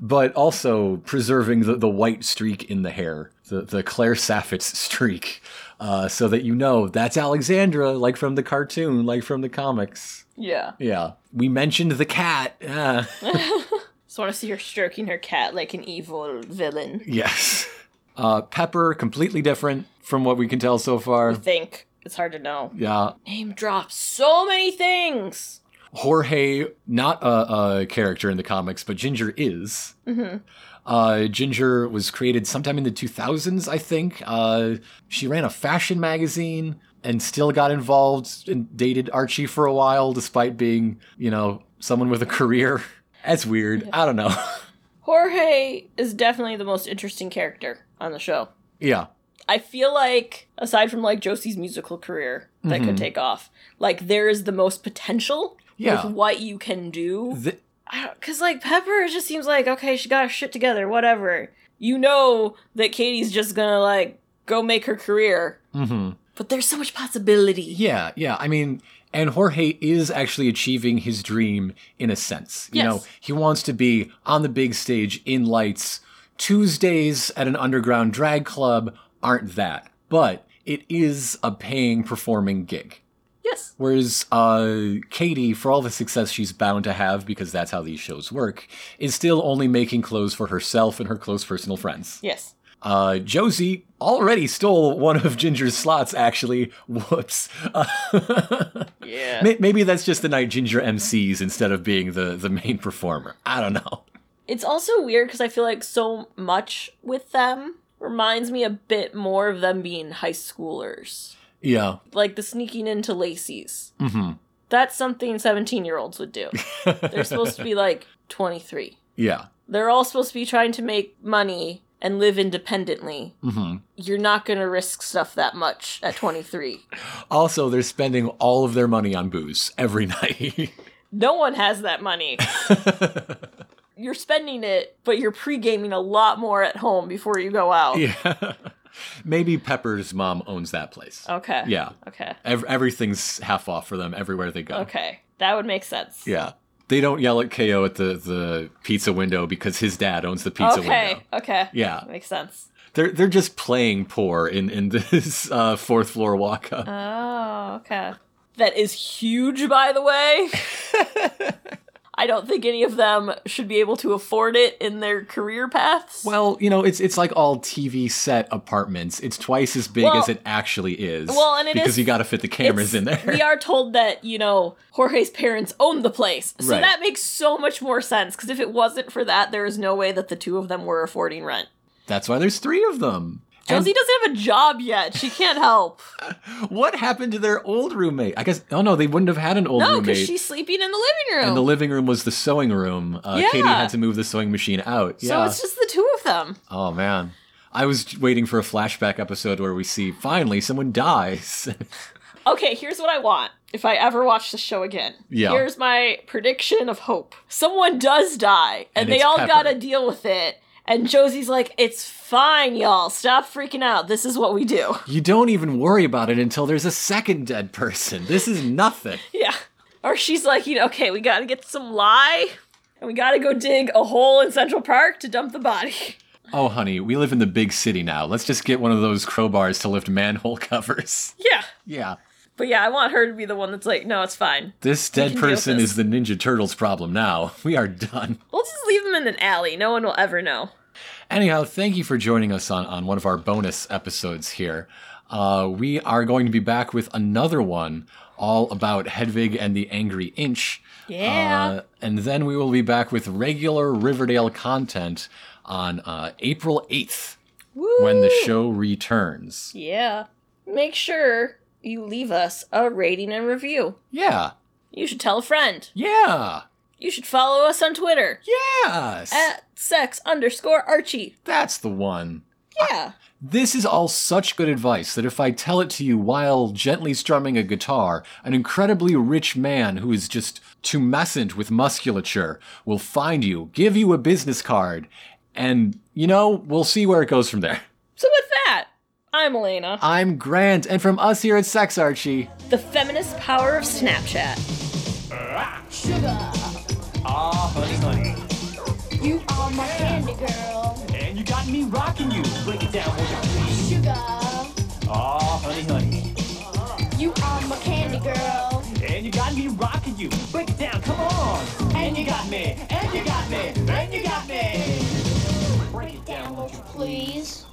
But also preserving the, the white streak in the hair, the, the Claire Saffitz streak, uh, so that you know that's Alexandra, like from the cartoon, like from the comics. Yeah. Yeah. We mentioned the cat. Uh, Just want to see her stroking her cat like an evil villain. yes. Uh, Pepper, completely different from what we can tell so far. Think. It's hard to know. Yeah. Name drops so many things. Jorge, not a, a character in the comics, but Ginger is. Uh, Ginger was created sometime in the 2000s, I think. Uh, she ran a fashion magazine and still got involved and dated Archie for a while, despite being, you know, someone with a career. That's weird. I don't know. Jorge is definitely the most interesting character on the show. yeah. I feel like, aside from like Josie's musical career that Mm-hmm. could take off, like there is the most potential Yeah. with what you can do. Th- Because like Pepper just seems like, okay, she got her shit together, whatever. You know that Katie's just gonna like go make her career. hmm But there's so much possibility. Yeah, yeah. I mean, and Jorge is actually achieving his dream in a sense. You Yes. know, he wants to be on the big stage in lights. Tuesdays at an underground drag club aren't that, but it is a paying performing gig. Yes. Whereas uh, Katie, for all the success she's bound to have, because that's how these shows work, is still only making clothes for herself and her close personal friends. Yes. Uh, Josie already stole one of Ginger's slots, actually. Whoops. Uh, Yeah. may- Maybe that's just the night Ginger MCs instead of being the, the main performer. I don't know. It's also weird because I feel like so much with them reminds me a bit more of them being high schoolers. Yeah. Like the sneaking into Lacey's. Mm-hmm. That's something 17 year olds would do. They're supposed to be like 23. Yeah. They're all supposed to be trying to make money and live independently. hmm You're not going to risk stuff that much at 23. Also, they're spending all of their money on booze every night. No one has that money. you're spending it, but you're pre gaming a lot more at home before you go out. yeah. Maybe Pepper's mom owns that place. Okay. Yeah. Oh. Okay. Ev- everything's half off for them everywhere they go. Okay. That would make sense. Yeah. They don't yell at KO at the, the pizza window because his dad owns the pizza Okay. window. Okay. Yeah. Makes sense. They're they're just playing poor in, in this uh, fourth floor walk up. Oh, okay. That is huge, by the way. I don't think any of them should be able to afford it in their career paths. well, you know, it's it's like all TV set apartments. It's twice as big Well- as it actually is. Well, and it because is- you got to fit the It's- cameras in there. We are told that, you know, Jorge's parents own the place. So Right. that makes so much more sense because if it wasn't for that, there is no way that the two of them were affording rent. That's why there's three of them. And Josie doesn't have a job yet. She can't help. what happened to their old roommate? I guess oh no, they wouldn't have had an old No, roommate. because she's sleeping in the living room. and the living room was the sewing room. Uh, Yeah. Katie had to move the sewing machine out. so yeah. it's just the two of them. Oh man. I was waiting for a flashback episode where we see finally someone dies. Okay, here's what I want if I ever watch the show again. Yeah. Here's my prediction of hope. Someone does die, and, And they it's all Pepper. gotta deal with it. And Josie's like, it's fine, y'all. Stop freaking out. This is what we do. you don't even worry about it until there's a second dead person. This is nothing. yeah. Or she's like, you know, okay, we gotta get some lye, and we gotta go dig a hole in Central Park to dump the body. Oh honey, we live in the big city now. Let's just get one of those crowbars to lift manhole covers. yeah. Yeah. But yeah, I want her to be the one that's like, no, it's fine. This can dead deal with person this. is the Ninja Turtles problem now. We are done. We'll just leave them in an alley. No one will ever know. Anyhow, thank you for joining us on, on one of our bonus episodes here. Uh, we are going to be back with another one all about Hedwig and the Angry Inch. Yeah. Uh, and then we will be back with regular Riverdale content on uh, April 8th Woo! when the show returns. Yeah. Make sure you leave us a rating and review. Yeah. You should tell a friend. Yeah. You should follow us on Twitter Yes. at sex underscore Archie. That's the one. Yeah. This is all such good advice that if I tell it to you while gently strumming a guitar, an incredibly rich man who is just tumescent with musculature will find you, give you a business card, and, you know, we'll see where it goes from there. So with that, I'm Elena. I'm Grant, and from us here at Sex Archie. the feminist power of Snapchat. Ah, Sugar, ah, honey, honey. you are my candy girl. And you got me rocking you. Break it down, will you please? Sugar, Ah, honey, honey. you are my candy girl. And you got me rocking you. Break it down, come on. And you got me. And you got me. And you got me. Break it down, will you Please.